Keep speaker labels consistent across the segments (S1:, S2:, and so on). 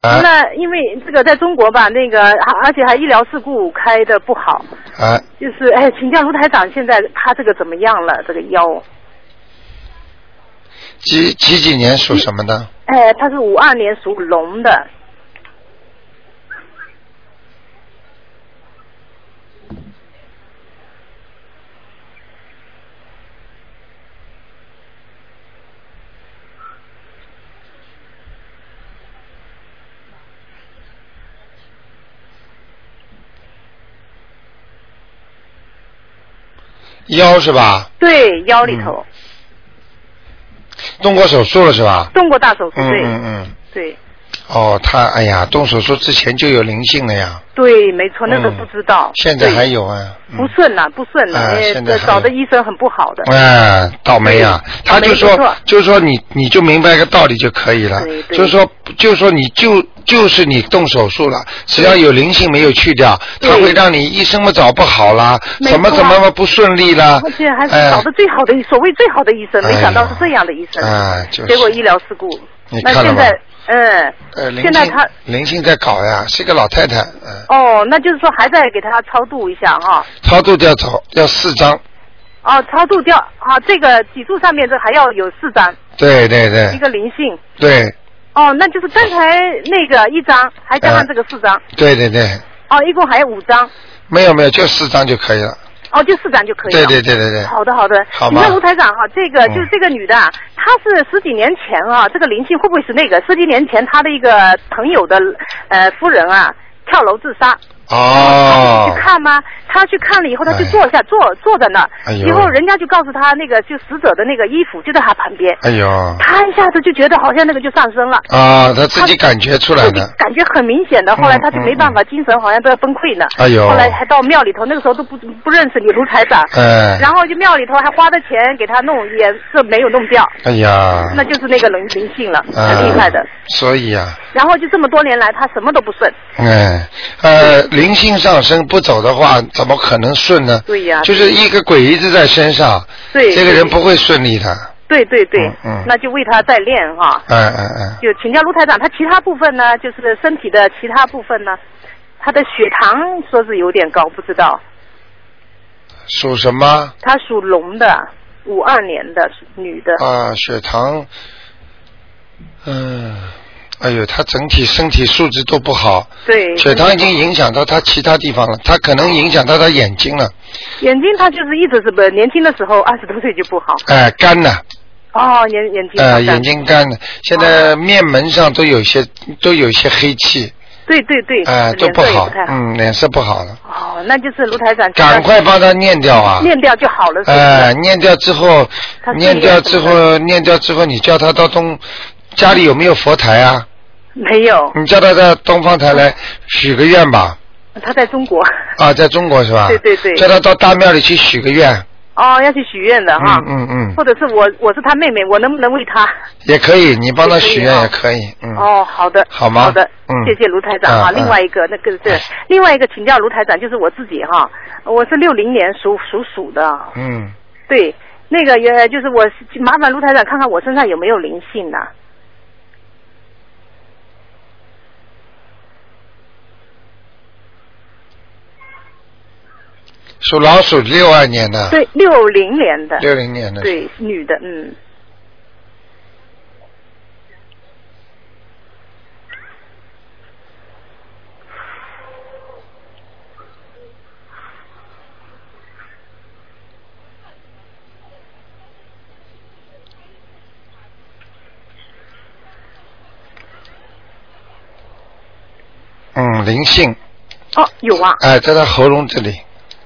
S1: 啊
S2: 因为这个在中国吧，那个啊而且还医疗事故开的不好，
S1: 哎，
S2: 就是哎，请教卢台长，现在他这个怎么样了？这个腰，
S1: 几几几年属什么的？
S2: 哎，他是五二年属龙的，
S1: 腰是吧？
S2: 对，腰里头、
S1: 嗯动过手术了是吧？
S2: 动过大手术，
S1: 嗯
S2: 对、
S1: 嗯嗯。
S2: 对
S1: 哦，他哎呀，动手术之前就有灵性了呀，
S2: 对，没错，那时候
S1: 嗯
S2: 不知道，
S1: 现在还有啊。嗯
S2: 哦不顺呐、不顺呐、
S1: 哎
S2: 哎
S1: 现在还有
S2: 找的医生很不好的，
S1: 哎，倒霉啊！
S2: 对倒
S1: 他就
S2: 霉没
S1: 说
S2: 错，
S1: 就说你，你就明白个道理就可以了
S2: 对。对
S1: 就说，就说你就就是你动手术了，只要有灵性没有去掉，
S2: 对
S1: 他会让你医生么找不好啦，
S2: 没错啊
S1: 怎么怎么不顺利啦
S2: 而且还，是
S1: 哎
S2: 找，的最好的、所谓最好的医生，
S1: 哎
S2: 没
S1: 呀
S2: 想到是这样的医生，
S1: 哎，就是。
S2: 结果医疗事故。
S1: 你
S2: 那
S1: 看了
S2: 现
S1: 吗
S2: 在，嗯，
S1: 呃，灵
S2: 现在
S1: 性
S2: 他
S1: 灵性在搞呀，是个老太太，嗯，
S2: 哦，那就是说还在给他超度一下哈、
S1: 超度掉走要四张，
S2: 哦，超度掉啊，这个脊柱上面这还要有四张，
S1: 对对
S2: 一
S1: 对
S2: 个灵性。
S1: 对
S2: 哦，那就是刚才那个一张，还加
S1: 嗯
S2: 上这个四张，
S1: 对对对，
S2: 哦，一共还有五张，
S1: 没有没有，就四张就可以了。
S2: 哦，就四张就可以了。
S1: 对对对对对，
S2: 好的好的，
S1: 好
S2: 你
S1: 吗
S2: 看卢台长哈、这个
S1: 嗯
S2: 就是这个女的啊，她是十几年前啊，这个灵性会不会是那个十几年前她的一个朋友的呃夫人啊跳楼自杀？她
S1: 哦
S2: 就去，看吗？她去看了以后，她就
S1: 哎
S2: 坐下、坐坐在那儿，
S1: 哎呦
S2: 以后人家就告诉她那个就死者的那个衣服就在她旁边，
S1: 哎呦。
S2: 她一下子就觉得好像那个就上升了。
S1: 啊，他自己感觉出来
S2: 自己
S1: 的。
S2: 感觉很明显的，后来他就没办法，精神好像都要崩溃呢。
S1: 哎呦
S2: 后来还到庙里头，那个时候都不不认识你卢台长。
S1: 哎，
S2: 然后就庙里头还花的钱给他弄，也是没有弄掉，
S1: 哎呀，
S2: 那就是那个灵灵性了，
S1: 啊
S2: 很厉害的。。
S1: 所以啊，
S2: 然后就这么多年来，他什么都不顺。
S1: 哎，呃，灵性上升不走的话，怎么可能顺呢？
S2: 对呀
S1: 就是一个鬼一直在身上，
S2: 对，
S1: 这个人不会顺利的。
S2: 对对对，
S1: 嗯嗯
S2: 那就为他再练哈。
S1: 哎哎哎，
S2: 就请教卢台长，他其他部分呢，就是身体的其他部分呢，他的血糖说是有点高，不知道。
S1: 属什么？
S2: 他属龙的，五二年的女的。
S1: 啊，血糖，嗯、哎呦，他整体身体素质都不好，
S2: 对，
S1: 血糖已经影响到他其他地方了，他可能影响到他眼睛了，
S2: 眼睛他就是一直是不年轻的时候二十多岁就不好
S1: 哎、肝呢、
S2: 哦，眼眼睛
S1: 呃，
S2: 好像
S1: 眼睛干的，现
S2: 啊
S1: 在面门上都有一些都有一些黑气，
S2: 对对对，
S1: 哎、都
S2: 脸
S1: 不
S2: 色也
S1: 好
S2: 不太，好。
S1: 嗯，脸色不好了，
S2: 哦，那就是卢台长，
S1: 赶快帮他念掉啊！
S2: 念掉就好了，是不是？
S1: 哎、念掉之后
S2: 他，
S1: 念
S2: 自己
S1: 掉
S2: 也
S1: 之
S2: 怎么
S1: 后，念掉之后，你叫他到东家里有没有佛台啊？
S2: 没有，
S1: 你叫他到东方台来许个愿吧。
S2: 他在中国。
S1: 啊，在中国是吧？
S2: 对对对
S1: 叫他到大庙里去许个愿。
S2: 哦，要去许愿的哈
S1: 嗯，嗯嗯，
S2: 或者是我我是他妹妹，我能不能为他？
S1: 也可以，你帮他
S2: 也可以
S1: 许愿
S2: 啊
S1: 也可以。嗯。
S2: 哦，好的，
S1: 好吗
S2: 好的，
S1: 嗯
S2: 谢谢卢台长啊。
S1: 嗯嗯
S2: 另外一个那个是另外一个，请教卢台长，就是我自己哈，我是六零年属属鼠的，
S1: 嗯，
S2: 对，那个也就是我麻烦卢台长看看我身上有没有灵性呢、啊
S1: 属老鼠，六二年的，
S2: 对，六零年的，
S1: 啊六零年的，
S2: 对，女的，嗯，
S1: 嗯，灵性，
S2: 哦，有啊，
S1: 哎、在他喉咙这里。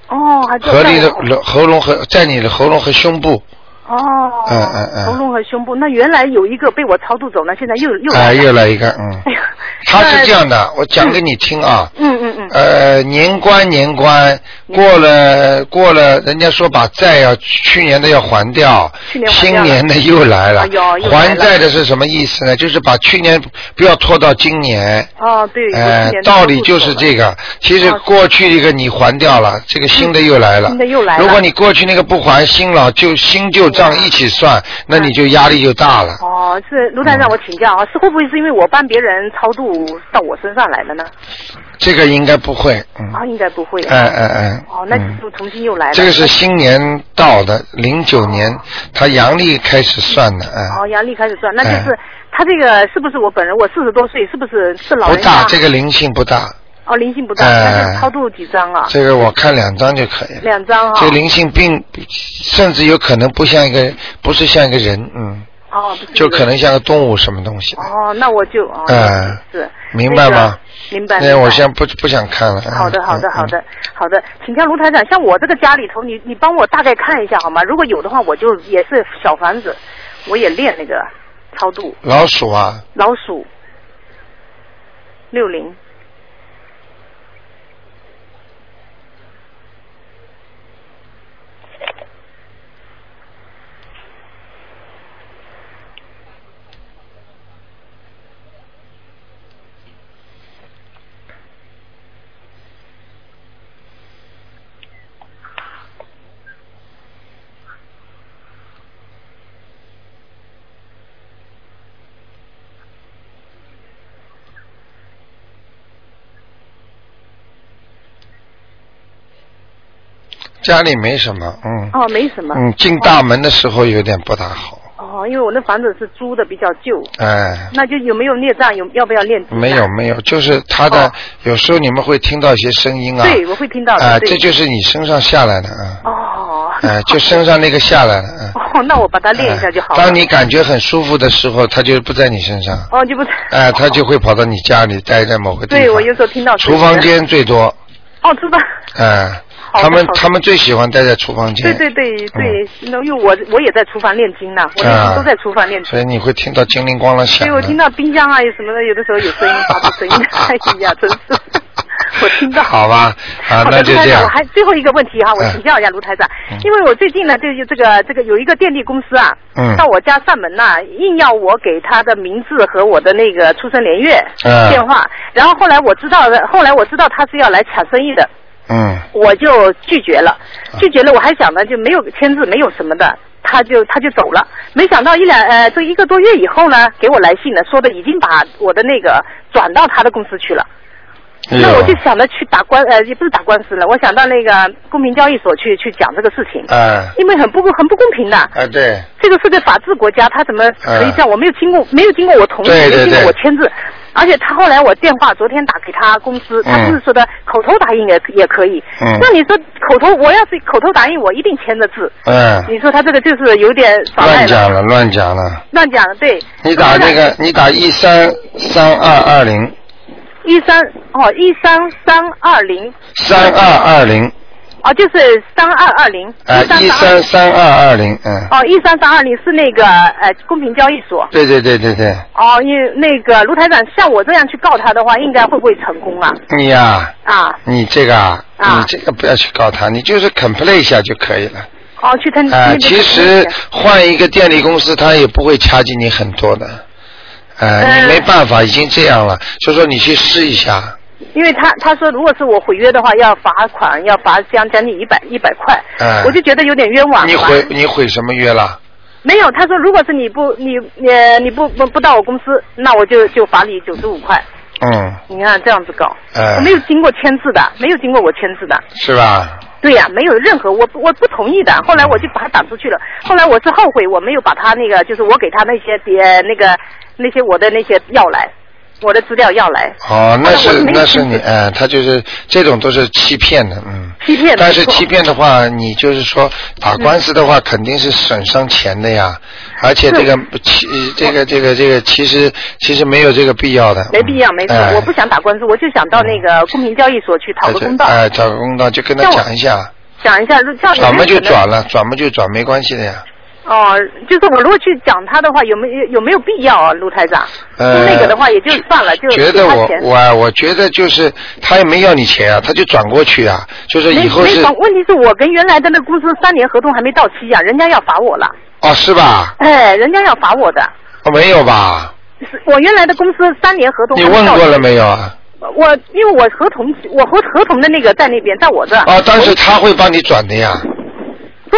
S2: 哦，还在
S1: 合理的
S2: 我
S1: 喉咙和在你的喉咙和胸部，
S2: 哦，
S1: 嗯嗯嗯
S2: 喉咙和胸部，那原来有一个被我超度走了，现在又又来
S1: 哎，
S2: 了
S1: 又来一个，嗯，
S2: 哎呀，
S1: 他是这样
S2: 的，
S1: 的，我讲给你听啊，
S2: 嗯嗯嗯，
S1: 呃年关年关过了过了，人家说把债要去年的要还掉，
S2: 去年还掉
S1: 新
S2: 了
S1: 年的又来了
S2: 哎呦又来了
S1: 还债的是什么意思呢？就是把去年不要拖到今年。
S2: 哦，对，
S1: 呃
S2: 有点，
S1: 道理就是这个。其实
S2: 哦嗯
S1: 过去一个你还掉了，这个新的又来了。
S2: 新的又来了嗯
S1: 如果你过去那个不还，新老旧新旧账一起算，那你就压力就大了。
S2: 哦，是卢
S1: 嗯
S2: 台让我请教啊，是会不会是因为我帮别人超度到我身上来了呢？
S1: 这个应该不会，嗯，
S2: 啊，应该不会。
S1: 嗯嗯嗯。
S2: 哦，那
S1: 嗯
S2: 就重新又来了。
S1: 这个是新年到的，零九年，他阳历开始算的，嗯。
S2: 哦，阳历开始算，那就
S1: 哎
S2: 是他这个是不是我本人？我四十多岁，是不是是老
S1: 不
S2: 人家？
S1: 大，这个灵性不大，
S2: 哦，灵性不大，
S1: 哎
S2: 那就超度几张啊？
S1: 这个我看两张就可以了。
S2: 两张啊
S1: 这？灵性并甚至有可能不像一个，不是像一个人，嗯，
S2: 哦，不是
S1: 就可能像个动物什么东西的。
S2: 哦，那我就哦，
S1: 嗯
S2: 是
S1: 明白吗？
S2: 那个明白。
S1: 那我
S2: 明白
S1: 现在不不想看了。嗯
S2: 好的，好的，
S1: 嗯
S2: 好
S1: 嗯
S2: 的，好的，请教卢台长，像我这个家里头，你你帮我大概看一下好吗？如果有的话，我就也是小房子，我也练那个超度
S1: 老鼠啊，
S2: 老鼠六零
S1: 家里没什么，嗯
S2: 哦，没什么
S1: 嗯，进大门的时候有点不大好，
S2: 哦，因为我那房子是租的比较旧，
S1: 哎，
S2: 那就有没有孽障，有要不要练？
S1: 没有没有，就是他的
S2: 哦
S1: 有时候你们会听到一些声音啊，
S2: 对，我会听到的。
S1: 啊，
S2: 对
S1: 这就是你身上下来的啊，
S2: 哦，
S1: 哎，就身上那个下来了，嗯。
S2: 哦，那我把它 练一下就好了。
S1: 当你感觉很舒服的时候，它就不在你身上，
S2: 哦，就不是。
S1: 哎，它就会跑到你家里，待在某个地方。
S2: 对，我有时候听到
S1: 厨房。间最多，
S2: 哦，知道。
S1: 哎，
S2: 好的
S1: 他们
S2: 好的
S1: 他们最喜欢待在厨房
S2: 对
S1: 间。
S2: 对对对，那因为我我也在厨房练经呢，我一
S1: 嗯啊
S2: 直都在厨房练经，
S1: 所以你会听到精灵咣啷
S2: 所
S1: 响
S2: 以
S1: 的。
S2: 我 听到冰箱啊有什么的，有的时候有声音发出声音，哎呀， 真是，我听到。
S1: 好吧，啊，
S2: 好
S1: 那
S2: 的，
S1: 就
S2: 卢台
S1: 这
S2: 长，
S1: 样
S2: 我。还最后一个问题哈，我
S1: 嗯
S2: 请教一下卢台长
S1: 嗯，
S2: 因为我最近呢，就是这个这个有一个电力公司啊，
S1: 嗯
S2: 到我家上门呐、硬要我给他的名字和我的那个出生年月
S1: 嗯
S2: 电话，然后后来我知道了，后来我知道他是要来抢生意的，
S1: 嗯，
S2: 我就拒绝了，
S1: 啊
S2: 拒绝了，我还想呢就没有签字，没有什么的，他就他就走了。没想到一两呃，这一个多月以后呢，给我来信呢，说的已经把我的那个转到他的公司去了。
S1: 哎
S2: 那我
S1: 呦
S2: 就想着去打官呃，也不是打官司了，我想到那个公平交易所去去讲这个事情，
S1: 哎
S2: 因为很不公很不公平的。
S1: 哎对，
S2: 这个是个法治国家，他怎么可以这样？我没有经过，没有经过我同意，
S1: 啊对对
S2: 没有经
S1: 对
S2: 过我签字。而且他后来我电话昨天打给他公司，他
S1: 嗯
S2: 不是说的口头答应也也可以。
S1: 嗯
S2: 那你说口头，我要是口头答应，我一定签的字。
S1: 嗯，
S2: 你说他这个就是有点妨碍了，
S1: 乱讲了，乱讲了。
S2: 乱讲了，对。
S1: 你打那个，你打一三三二二零
S2: 一三哦，一三三二零
S1: 三二二零，
S2: 哦，就是三二二零。
S1: 啊，一三三二二零，嗯，
S2: 哦，一三三二零是那个呃公平交易所。
S1: 对对对对对，
S2: 哦，因为那个卢台长像我这样去告他的话，应该会不会成功啊？
S1: 你呀、
S2: 啊，
S1: 你这个啊，
S2: 啊
S1: 你这个不要去告他，你就是 complain 一下就可以了。
S2: 哦，去他
S1: 啊、
S2: 那边
S1: 其实换一个电力公司，他也不会掐进你很多的。呃，你
S2: 嗯
S1: 没办法，已经这样了，就说你去试一下。
S2: 因为他他说如果是我毁约的话，要罚款，要罚将将近一百一百块，
S1: 嗯
S2: 我就觉得有点冤枉。
S1: 你
S2: 是吧
S1: 毁你毁什么约了？
S2: 没有？他说如果是你不你你你不不不到我公司，那我就就罚你九十五块。
S1: 嗯，
S2: 你看这样子搞，
S1: 嗯
S2: 我没有经过签字的，没有经过我签字的。
S1: 是吧？
S2: 对呀、没有任何我不我不同意的。后来我就把他挡出去了。后来我是后悔我没有把他那个，就是我给他那些别那个那些我的那些要来，我的资料要来
S1: 哦，那
S2: 后来
S1: 是
S2: 哎我没有
S1: 那是你，
S2: 签字
S1: 呃，他就是这种都是欺骗的，嗯。
S2: 欺骗的。
S1: 但是
S2: 没错嗯
S1: 欺骗的话，你就是说打官司的话，肯定是损伤钱的呀。而且这个其这个这个这个，其实其实没有这个必要的。
S2: 没必要，
S1: 嗯
S2: 没错，
S1: 哎
S2: 我不想打官司，我就想到那个公平交易所去讨个公道，
S1: 哎、找个公道就跟他
S2: 像我
S1: 讲一下，
S2: 讲一下，叫你
S1: 转嘛就转了，转嘛就转，没关系的呀。
S2: 哦，就是我如果去讲他的话，有没有有没有必要啊，卢台长？
S1: 呃，
S2: 那个的话也就算了，就
S1: 觉得
S2: 给他
S1: 我
S2: 钱
S1: 我我觉得就是他也没要你钱啊，他就转过去啊，就是
S2: 没
S1: 以后
S2: 没
S1: 是
S2: 懂，问题是我跟原来的那公司三年合同还没到期呀、人家要罚我了，
S1: 哦是吧？
S2: 哎，人家要罚我的。
S1: 哦没有吧？
S2: 是我原来的公司三年合同
S1: 你
S2: 还没
S1: 问
S2: 到
S1: 过
S2: 期
S1: 了没有啊？
S2: 我因为我合同，我合合同的那个在那边，在我这。
S1: 哦，但是他会帮你转的呀，
S2: 不，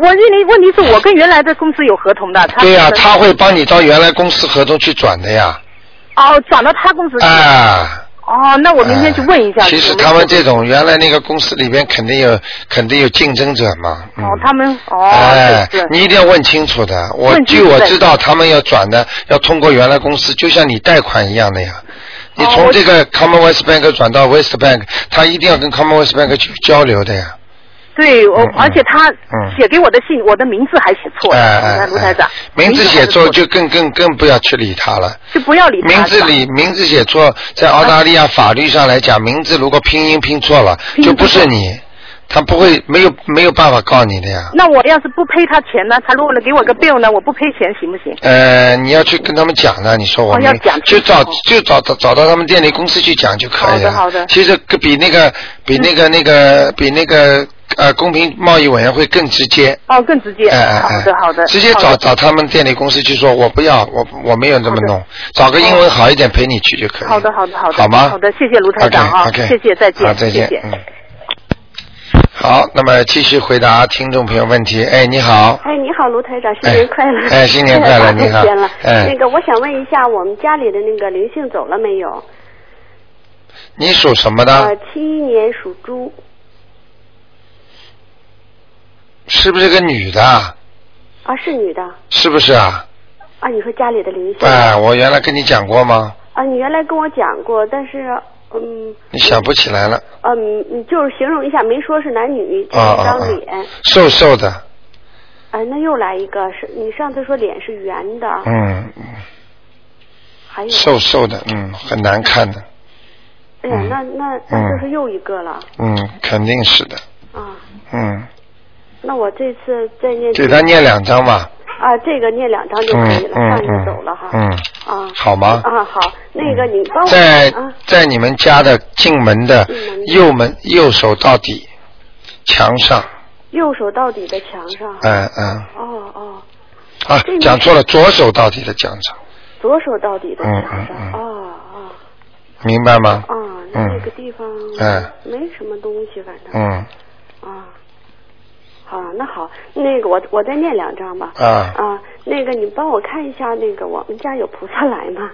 S2: 我问题问题是我跟原来的公司有合同的，他
S1: 对呀、
S2: 们
S1: 他会帮你到原来公司合同去转的呀，
S2: 哦转到他公司去。
S1: 啊。
S2: 哦，那我明天去问一下。
S1: 哎其实
S2: 有没有
S1: 他们这种原来那个公司里边肯定有肯定有竞争者嘛。嗯、
S2: 哦，他们哦，
S1: 哎
S2: 对，对
S1: 你一定要问清楚的。我
S2: 问清
S1: 据
S2: 楚
S1: 我
S2: 对
S1: 知道，他们要转的，要通过原来公司，就像你贷款一样的呀。你
S2: 哦
S1: 从
S2: 我
S1: 这个 Commonwealth Bank 转到 West Bank，他一定要跟 Commonwealth Bank 去交流的呀。
S2: 对，我
S1: 嗯嗯
S2: 而且他
S1: 嗯
S2: 写给我的信，我的名字还写错了，
S1: 哎
S2: 你
S1: 哎
S2: 看卢台
S1: 哎
S2: 长，，
S1: 名字写
S2: 错
S1: 错就更更更不要去理他了。
S2: 就不要理他。
S1: 名字
S2: 是吧
S1: 里名字写错，在澳大利亚法律上来讲，名字如果拼音拼错了，
S2: 啊拼音
S1: 就不
S2: 拼
S1: 是你，他不会没有没有办法告你的呀。
S2: 那我要是不赔他钱呢？他如果给我个 bill 呢，我不赔钱行不行？
S1: 呃，你要去跟他们讲的，你说我
S2: 哦要
S1: 们
S2: 讲清
S1: 就
S2: 楚
S1: 找就找到找到他们电力公司去讲就可以
S2: 好
S1: 了。
S2: 的好的
S1: 其实跟比那个比那个那个比那个呃公平贸易委员会更直接。
S2: 哦，更直接。
S1: 哎哎哎，
S2: 好的好的。
S1: 直接
S2: 好
S1: 找
S2: 的
S1: 找他们电力公司去说，我不要，我我没有这
S2: 好
S1: 么
S2: 的哦
S1: 弄，找个英文好一点陪你去就可以了。
S2: 好的，好的，好的，
S1: 好吗？
S2: 好的，谢谢卢台长啊
S1: o k o k
S2: 谢谢，再见，
S1: 好，再见。
S2: 谢谢。
S1: 嗯。好，那么继续回答听众朋友问题。哎，你好，
S3: 哎，你好，卢台长，新
S1: 哎
S3: 年快乐！
S1: 哎新年快乐
S3: 太
S1: 你好
S3: 久见了。
S1: 哎
S3: 那个，我想问一下，我们家里的那个灵性走了没有？
S1: 你属什么的
S3: 呃，？七一年属猪，
S1: 是不是个女的？
S3: 啊，是女的，
S1: 是不是啊？
S3: 啊，你说家里的灵性，
S1: 哎，我原来跟你讲过吗？
S3: 啊，你原来跟我讲过，但是，嗯，
S1: 你想不起来了
S3: 嗯，你就是形容一下，没说是男女，就是
S1: 啊啊
S3: 张
S1: 啊
S2: 哎
S3: 脸，啊，！
S1: 瘦瘦的，
S3: 那又来一个，是你上次说脸是圆的，
S1: 嗯，
S3: 还有，
S1: 瘦瘦的，嗯，很难看的，
S3: 哎呀
S1: 嗯，
S3: 那那那这
S1: 嗯
S3: 是又一个了，
S1: 嗯，肯定是的，
S3: 啊，
S1: 嗯，
S3: 那我这次再念
S1: 给他念两张吧，
S3: 啊，这个念两张就可
S1: 嗯
S3: 以了，
S1: 嗯
S3: 上一个走了哈，
S1: 嗯
S3: 啊
S1: 嗯，。好吗？
S3: 啊，好，那个你帮我
S1: 在
S3: 啊，
S1: 在你们家的进门的
S3: 进门的
S1: 右门右手到底墙上，
S3: 右手到底的墙上。
S1: 嗯嗯
S3: 哦哦，
S1: 啊
S3: 这，个
S1: 讲错了，左手到底的墙上，
S3: 左手到底的墙
S1: 嗯嗯
S3: 上。
S1: 嗯
S3: 哦哦
S1: 明白吗？
S3: 哦，那
S1: 嗯
S3: 这个地方
S1: 哎
S3: 没什么东西，反正
S1: 嗯
S3: 啊。好，那好，那个我我再念两张吧。
S1: 啊，
S3: 啊，那个你帮我看一下，那个我们家有菩萨来吗？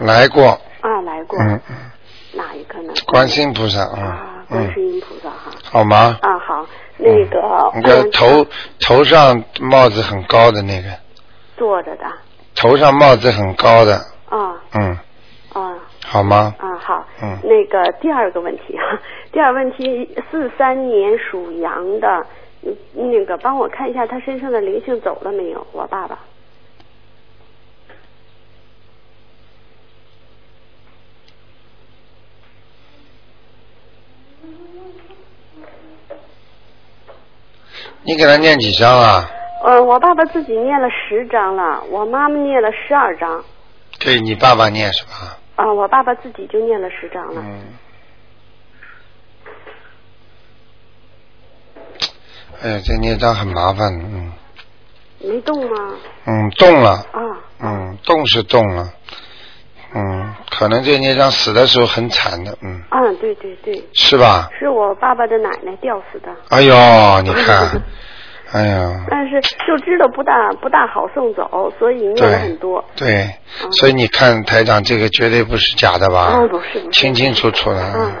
S1: 来过，
S3: 啊，来过，
S1: 嗯嗯，
S3: 哪一个呢？
S1: 观世音菩萨
S3: 啊
S1: 啊，，
S3: 观世
S1: 嗯，
S3: 音菩萨哈。
S1: 好吗？
S3: 啊，好，那个
S1: 那个
S3: 嗯
S1: 头头上帽子很高的那个，
S3: 坐着的
S1: 头上帽子很高的，
S3: 啊
S1: 嗯，
S3: 啊。
S1: 好吗？
S3: 啊，好，
S1: 嗯
S3: 那个第二个问题啊， 第二问题，四三年属羊的，嗯那个帮我看一下他身上的灵性走了没有？我爸爸
S1: 你给他念几张啊？
S3: 呃，我爸爸自己念了十章了，我妈妈念了十二章，
S1: 给你爸爸念是吧？
S3: 啊，我爸爸自己就念了十章了，
S1: 嗯。哎呀，这孽障很麻烦，嗯
S3: 没动吗？
S1: 嗯，动了，
S3: 啊，
S1: 嗯，动是动了，嗯，可能这孽障死的时候很惨的，嗯，
S3: 啊，对对对，
S1: 是吧？
S3: 是我爸爸的奶奶吊死的，
S1: 哎呦，你 看，哎呀，
S3: 但是就知道不大不大好送走，所以念了很
S1: 对
S3: 多，
S1: 对，所以你看台长这个绝对不是假的吧？
S3: 啊，不是不是，
S1: 清清楚楚的。
S3: 嗯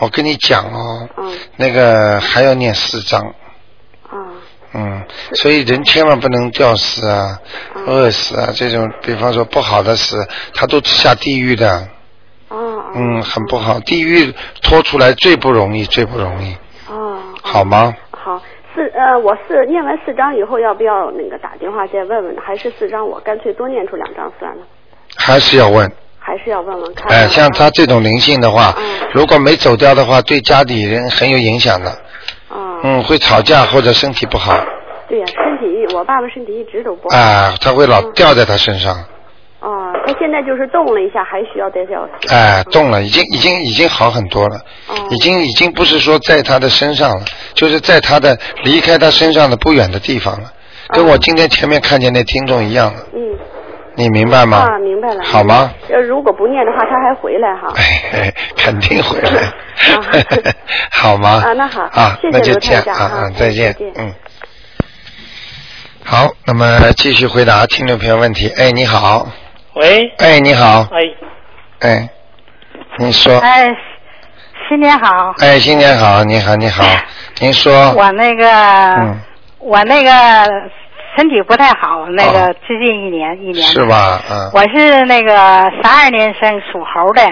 S1: 我跟你讲哦，
S3: 嗯
S1: 那个还要念四章，
S3: 啊
S1: 嗯，所以人千万不能吊死啊、饿死啊，这种比方说不好的死，他都下地狱的。
S3: 哦哦
S1: 嗯，很不好，地狱拖出来最不容易，最不容易，
S3: 哦，
S1: 嗯好吗？
S3: 好，四呃，我四念完四章以后，要不要那个打电话再问问？还是四章我干脆多念出两章算了？
S1: 还是要问。
S3: 还是要问问看？
S1: 哎，像他这种灵性的话，
S3: 嗯
S1: 如果没走掉的话，对家里人很有影响的。
S3: 啊、
S1: 嗯，会吵架或者身体不好
S3: 对呀、身体一我爸爸身体一直都不好，
S1: 啊，他会老掉在他身上。
S3: 啊、他现在就是动了一下，还需要再叫。
S1: 哎，动了，已经已经已经好很多了，
S3: 哦
S1: 已经已经不是说在他的身上了，就是在他的离开他身上的不远的地方了，跟我今天前面看见那听众一样了，
S3: 嗯，
S1: 你明白吗？
S3: 啊，明白了。
S1: 好吗？
S3: 呃，如果不念的话，他还回来哈。
S1: 哎，哎肯定回 来
S3: 啊，
S1: 好吗？
S3: 啊那好
S1: 啊，
S3: 谢谢
S1: 那就
S3: 卢
S1: 这样
S3: 台长
S1: 啊
S3: 啊
S1: 啊，再见
S3: 再见，
S1: 嗯。好，那么继续回答听众朋友问题。哎，你好，
S4: 喂，
S1: 哎，你好，
S4: 哎，
S1: 哎，你说，
S5: 哎，新年好，
S1: 哎，新年好，你好，你好，您说，
S5: 哎我呃那个、
S1: 嗯，
S5: 我那个身体不太好，那个
S1: 哦
S5: 最近一年一年
S1: 是吧？嗯，
S5: 我是那个三二年生属猴的，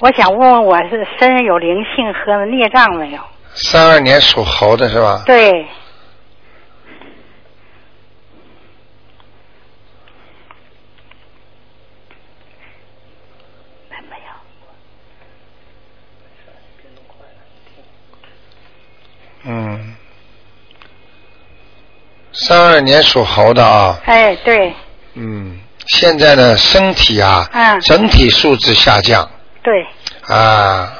S5: 我想问问我是身上有灵性和孽障没有？
S1: 三二年属猴的是吧？
S5: 对，没有。
S1: 嗯，三二年属猴的啊，
S5: 哎，对
S1: 嗯，现在呢，身体啊，
S5: 嗯
S1: 整体素质下降
S5: 对，
S1: 啊，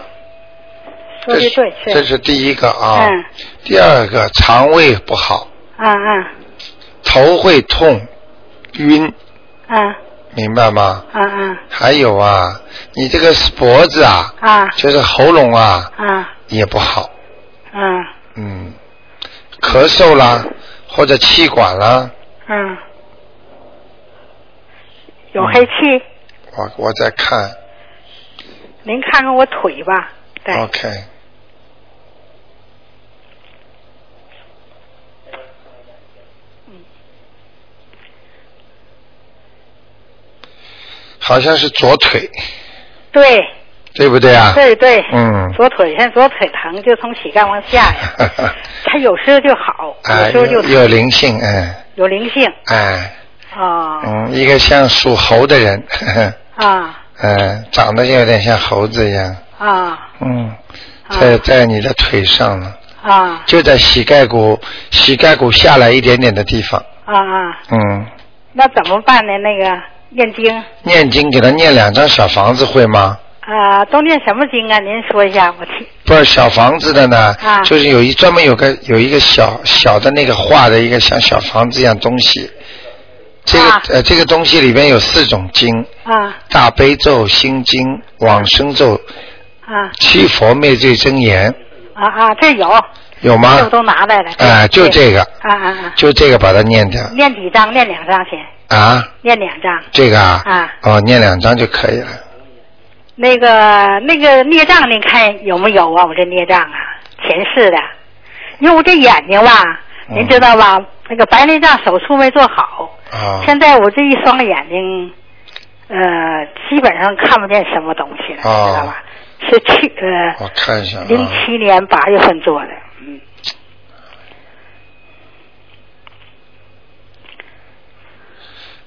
S5: 说的对，
S1: 这是这是第一个啊，
S5: 嗯
S1: 第二个肠胃不好，
S5: 嗯嗯
S1: 头会痛、晕，
S5: 嗯
S1: 明白吗？
S5: 嗯嗯
S1: 还有啊，你这个脖子啊，
S5: 啊
S1: 就是喉咙啊
S5: 啊
S1: 也不好，
S5: 嗯
S1: 嗯，咳嗽啦，或者气管啦，
S5: 嗯，有
S1: 嗯
S5: 黑气，
S1: 我我在看
S5: 您看看我腿吧，对，
S1: ，OK，好像是左腿，
S5: 对
S1: 对不对啊？
S5: 对对，
S1: 嗯
S5: 左腿现在左腿疼，就从膝盖往下呀， 它有时候就好，
S1: 哎，
S5: 时候就
S1: 有有灵性，嗯，
S5: 有灵性
S1: 哎，
S5: 啊
S1: 嗯，一个像属猴的人， 呵呵
S5: 啊
S1: 嗯，长得有点像猴子一样，
S5: 啊
S1: 嗯，
S5: 啊
S1: 在在你的腿上了，
S5: 啊
S1: 就在膝盖骨膝盖骨下来一点点的地方，
S5: 啊啊，
S1: 嗯，
S5: 那怎么办呢？那个念经
S1: 念经给他念两张小房子会吗？
S5: 啊，都念什么经啊？您说一下，我听
S1: 不是小房子的呢，
S5: 啊
S1: 就是有一专门有个有一个小小的那个画的一个像小房子一样东西，这个、
S5: 啊
S1: 呃这个东西里边有四种经，
S5: 啊
S1: 大悲咒、心经、往生咒、
S5: 啊
S1: 七佛灭罪真言，
S5: 啊啊，这有，
S1: 有吗
S5: 这？我都拿来了，对
S1: 啊就这个
S5: 对啊啊啊。
S1: 就这个把它念掉
S5: 念几张？念两张先，
S1: 啊，
S5: 念两张。
S1: 这个啊，
S5: 啊
S1: 哦，念两张就可以了。
S5: 那个那个孽障，您看有没有啊？我这孽障啊，前世的，因为我这眼睛吧，
S1: 嗯
S5: 您知道吧？那个白内障手术没做好，
S1: 啊
S5: 现在我这一双眼睛，呃，基本上看不见什么东西了，
S1: 哦
S5: 知道吧？是去
S1: 我
S5: 呃
S1: 看一下啊，
S5: 零七年八月份做的，嗯，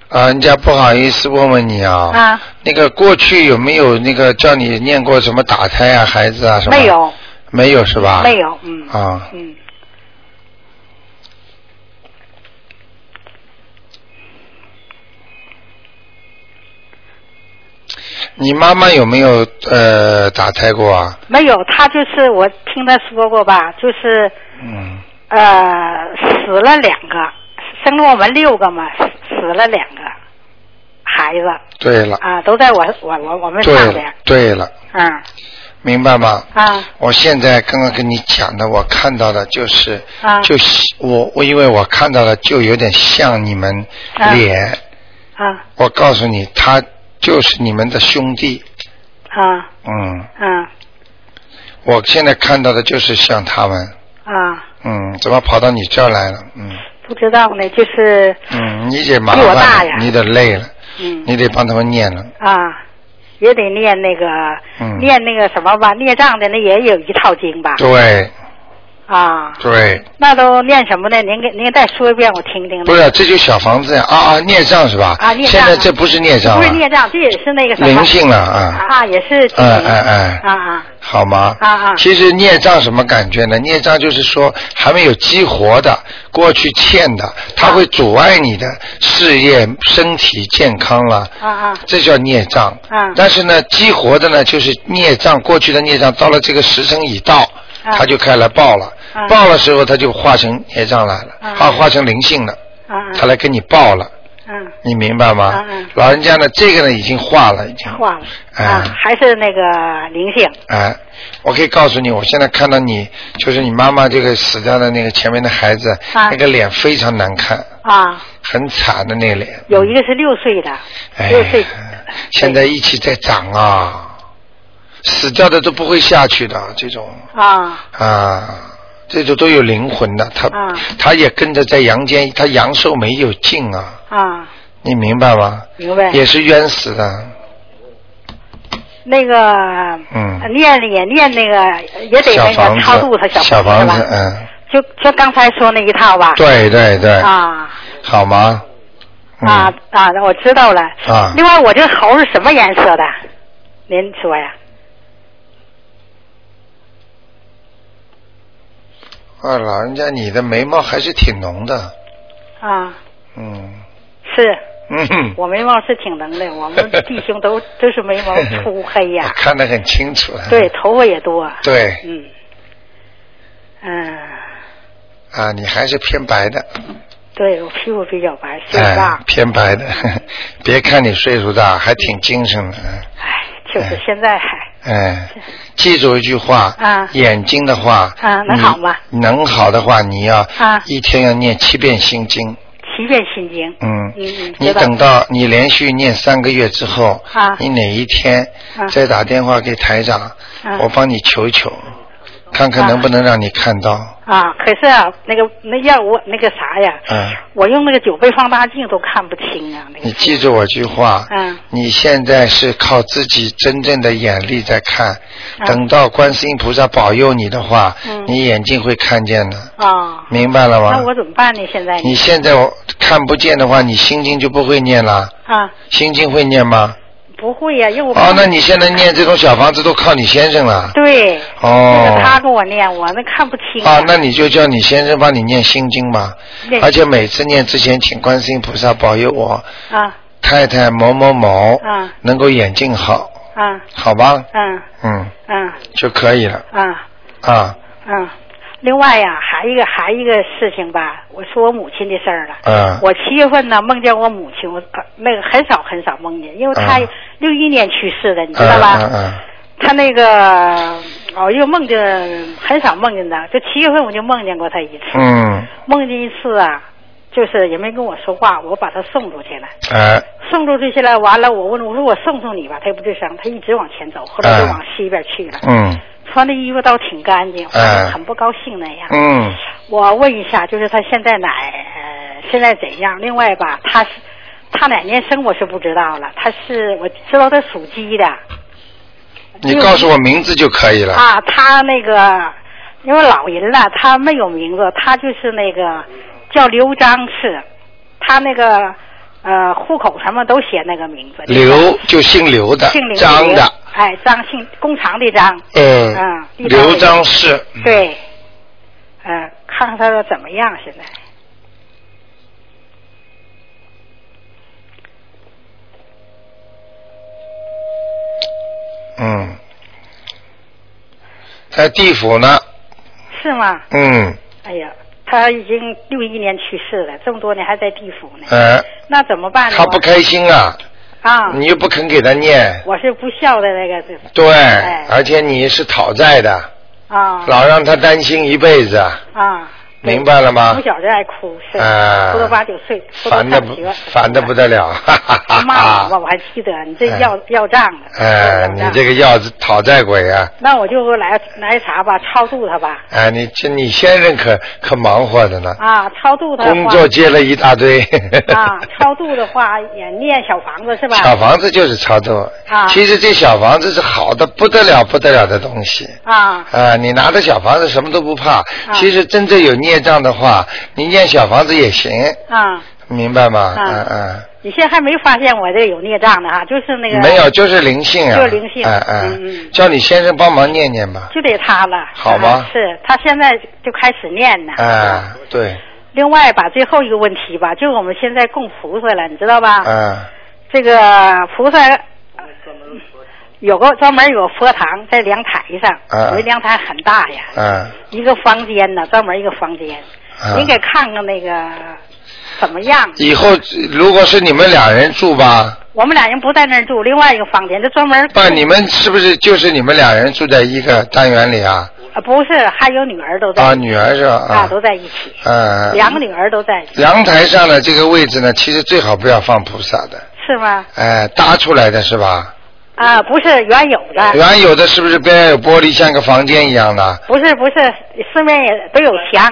S1: 啊，人家不好意思问问你啊，
S5: 啊
S1: 那个过去有没有那个叫你念过什么打胎啊、孩子啊什么？
S5: 没，有
S1: 没有是吧？
S5: 没有，嗯
S1: 啊，
S5: 嗯，
S1: 你妈妈有没有呃打胎过啊？
S5: 没有，他就是我听他说过吧，就是。
S1: 嗯，
S5: 呃，死了两个，生了我们六个嘛，死死了两个孩子
S1: 对了，
S5: 啊，都在我我我我们
S1: 对
S5: 上
S1: 了
S5: 边，，
S1: 对了，
S5: 嗯
S1: 明白吗？
S5: 啊
S1: 我现在刚刚跟你讲的，我看到的就是，
S5: 啊
S1: 就是我我因为我看到了，就有点像你们
S5: 啊
S1: 脸。
S5: 啊
S1: 我告诉你，他就是你们的兄弟。
S5: 啊
S1: 嗯，
S5: 啊
S1: 我现在看到的就是像他们。
S5: 啊，
S1: 嗯，怎么跑到你这儿来了？嗯，
S5: 不知道呢，就是
S1: 嗯，你得麻
S5: 比我大
S1: 烦
S5: 呀
S1: 了，你得累了，
S5: 嗯
S1: 你得帮他们念了。
S5: 啊，也得念那个、
S1: 嗯
S5: 念那个什么吧，孽障的那也有一套经吧
S1: 对
S5: 啊，
S1: 对，
S5: 那都念什么呢？您给您给再说一遍，我听听呢。
S1: 不是，这就小房子呀，啊啊，孽障是吧？
S5: 啊，孽障
S1: 现
S5: 啊。
S1: 在这不是孽障
S5: 不是
S1: 了，
S5: 孽障，这也是那个什么
S1: 灵性了啊，
S5: 啊，也是精灵
S1: 嗯嗯嗯
S5: 啊啊
S1: 好吗？
S5: 啊啊
S1: 其实孽障什么感觉呢？孽障就是说还没有激活的，过去欠的，
S5: 啊
S1: 它会阻碍你的事业、身体健康了，
S5: 啊啊
S1: 这叫孽障。
S5: 嗯
S1: 但是呢，激活的呢就是孽障，过去的孽障到了这个时辰已到，
S5: 嗯
S1: 它就开来报了，
S5: 嗯
S1: 报了时候它就化成孽障来了，
S5: 嗯
S1: 啊，化成灵性了，
S5: 啊啊
S1: 它来跟你报了。
S5: 嗯，
S1: 你明白吗？
S5: 嗯嗯
S1: 老人家呢，这个呢已经化了，已经
S5: 化了
S1: 哎、
S5: 啊，还是那个灵性
S1: 哎，我可以告诉你，我现在看到你，就是你妈妈这个死掉的那个前面的孩子，
S5: 啊
S1: 那个脸非常难看，
S5: 啊，
S1: 很惨的那个脸。
S5: 有一个是六岁的，
S1: 哎
S5: 六岁，
S1: 现在一起在长啊，死掉的都不会下去的这种
S5: 啊
S1: 啊。这种都有灵魂的，他、
S5: 啊
S1: 他也跟着在阳间，他阳寿没有尽啊，
S5: 啊，
S1: 你明白吗？
S5: 明白？
S1: 也是冤死的，
S5: 那个
S1: 嗯
S5: 念也念那个也得那
S1: 房
S5: 个
S1: 子，
S5: 超度他
S1: 小
S5: 房
S1: 房
S5: 是
S1: 子，
S5: 吧？
S1: 嗯，
S5: 就就刚才说那一套吧。
S1: 对对对，
S5: 啊
S1: 好吗？嗯、
S5: 啊啊！我知道了。
S1: 啊
S5: 另外，我这猴是什么颜色的？您说呀？
S1: 啊，老人家，你的眉毛还是挺浓的，
S5: 啊，
S1: 嗯
S5: 是
S1: 嗯哼。
S5: 我眉毛是挺能的，我们弟兄都 都是眉毛 粗黑呀
S1: 我、看得很清楚。啊
S5: 对，头发也多，
S1: 对
S5: 嗯，嗯，
S1: 啊，你还是偏白的，
S5: 对我皮肤比较白，岁数
S1: 哎
S5: 大，，
S1: 偏白的。 别看你岁数大，还挺精神的，
S5: 哎，就是
S1: 哎
S5: 现在还
S1: 哎。记住一句话，
S5: 啊
S1: 眼睛的话，
S5: 啊能好吗
S1: 你？能好的话，你要
S5: 啊
S1: 一天要念七遍心经，
S5: 七遍心经，
S1: 嗯
S5: 嗯嗯，
S1: 你
S5: 知道
S1: 等到你连续念三个月之后，
S5: 啊
S1: 你哪一天
S5: 啊
S1: 再打电话给台长，
S5: 啊
S1: 我帮你求一求，看看
S5: 啊
S1: 能不能让你看到。
S5: 啊，可是啊，那个那要我那个啥呀，
S1: 嗯，
S5: 我用那个九倍放大镜都看不清啊，那个
S1: 你记住我句话，
S5: 嗯
S1: 你现在是靠自己真正的眼力在看，
S5: 啊
S1: 等到观世音菩萨保佑你的话，
S5: 嗯
S1: 你眼睛会看见的，
S5: 啊，
S1: 明白了
S5: 那
S1: 吗
S5: 我？怎么办呢？现在呢
S1: 你现在我看不见的话，你心经就不会念了，
S5: 啊，
S1: 心经会念吗？
S5: 不会呀、因为我
S1: 哦，那你现在念这种小房子都靠你先生了。
S5: 对。那
S1: 哦
S5: 个。他给我念，我那看不清
S1: 啊，那你就叫你先生帮你念心经吧，
S5: 练
S1: 而且每次念之前，请观世音菩萨保佑我
S5: 啊
S1: 太太某某某
S5: 啊
S1: 能够眼睛好，
S5: 啊
S1: 好吧？
S5: 嗯
S1: 嗯，
S5: 嗯
S1: 就可以了
S5: 嗯
S1: 啊，
S5: 嗯。另外呀，还一个还一个事情吧，我说我母亲的事儿了。
S1: 嗯
S5: 我七月份呢梦见我母亲，我呃那个很少很少梦见，因为她
S1: 嗯
S5: 六一年去世的，你知道
S1: 嗯
S5: 吧？
S1: 嗯嗯，
S5: 她那个哦，又梦见很少梦见她，就七月份我就梦见过她一次，
S1: 嗯，
S5: 梦见一次啊，就是也没跟我说话，我把她送出去了。
S1: 哎，
S5: 送出去去了，完了我问我说我送送你吧，他也不吱声，他一直往前走，后来就
S1: 嗯
S5: 往西边去了，
S1: 嗯
S5: 穿的衣服倒挺干净，
S1: 嗯
S5: 很不高兴那样。
S1: 嗯，
S5: 我问一下，就是他现在哪呃现在怎样？另外吧，他是他哪年生我是不知道了，他是我知道他属鸡的。
S1: 你告诉我名字就可以了。
S5: 啊，他那个因为老人了，他没有名字，他就是那个叫刘章是，他那个呃户口什么都写那个名字。
S1: 刘就姓刘的
S5: 姓刘，，
S1: 张的，
S5: 哎，张姓工厂的张，
S1: 嗯
S5: 嗯，地方
S1: 刘
S5: 的
S1: 张氏，嗯
S5: 对，呃，看看他怎么样现在。
S1: 嗯，在地府呢，
S5: 是吗？
S1: 嗯，
S5: 哎呀，他已经六一年去世了，这么多年还在地府呢，
S1: 哎。
S5: 那怎么办呢？
S1: 他不开心啊，
S5: 啊，
S1: 你又不肯给他念，
S5: 我是不孝的那个这
S1: 对，
S5: 哎
S1: 而且你是讨债的，
S5: 啊
S1: 老让他担心一辈子，
S5: 啊
S1: 明白了吗
S5: 从？小就爱哭，是
S1: 哎
S5: 哭到八九岁，哭到
S1: 烦的
S5: 上
S1: 不
S5: 学，
S1: 烦的不得了，哈哈哈
S5: 骂我吧，
S1: 哈！
S5: 我还记得你这要、要账的，
S1: 哎，你这
S5: 个，
S1: 个药是讨债鬼啊！
S5: 那我就来来啥吧，超度他吧，
S1: 哎，你这你先生可可忙活着呢，
S5: 啊，超度他的话
S1: 工作接了一大堆。
S5: 啊，超度的话也念小房子是吧？
S1: 小房子就是超度。
S5: 啊
S1: 其实这小房子是好的不得了、不得了的东西。
S5: 啊
S1: 啊，你拿着小房子什么都不怕。其实真正有孽障的话，你念小房子也行，
S5: 啊，
S1: 明白吗？
S5: 啊
S1: 嗯嗯。
S5: 你现在还没发现我这有孽障的啊，就是那个
S1: 没有，就是灵性啊。
S5: 就是灵性
S1: 哎哎
S5: 嗯嗯
S1: 叫你先生帮忙念念吧。
S5: 就得他了，
S1: 好吗
S5: 啊是他现在就开始念呢。
S1: 哎，对，
S5: 另外，把最后一个问题吧，就是我们现在供菩萨了，你知道吧？
S1: 嗯，
S5: 这个菩萨呃有个专门有个佛堂在凉台上，
S1: 啊
S5: 人凉台很大呀，
S1: 嗯，
S5: 一个房间呢，专门一个房间，
S1: 啊
S5: 您给看看那个怎么样？
S1: 以后如果是你们俩人住吧，
S5: 我们俩人不在那儿住，另外一个房间，就专门
S1: 那你们是不是就是你们俩人住在一个单元里啊？
S5: 啊不是还有女儿都在
S1: 啊，女儿是吧？
S5: 啊都在一起，
S1: 嗯，
S5: 两个女儿都在一起，
S1: 阳台上的这个位置呢，其实最好不要放菩萨的，
S5: 是吗？
S1: 哎，搭出来的是吧？
S5: 啊，不是原有的，
S1: 原有的是不是边上有玻璃，像个房间一样的？
S5: 不是不是，四面也都有墙，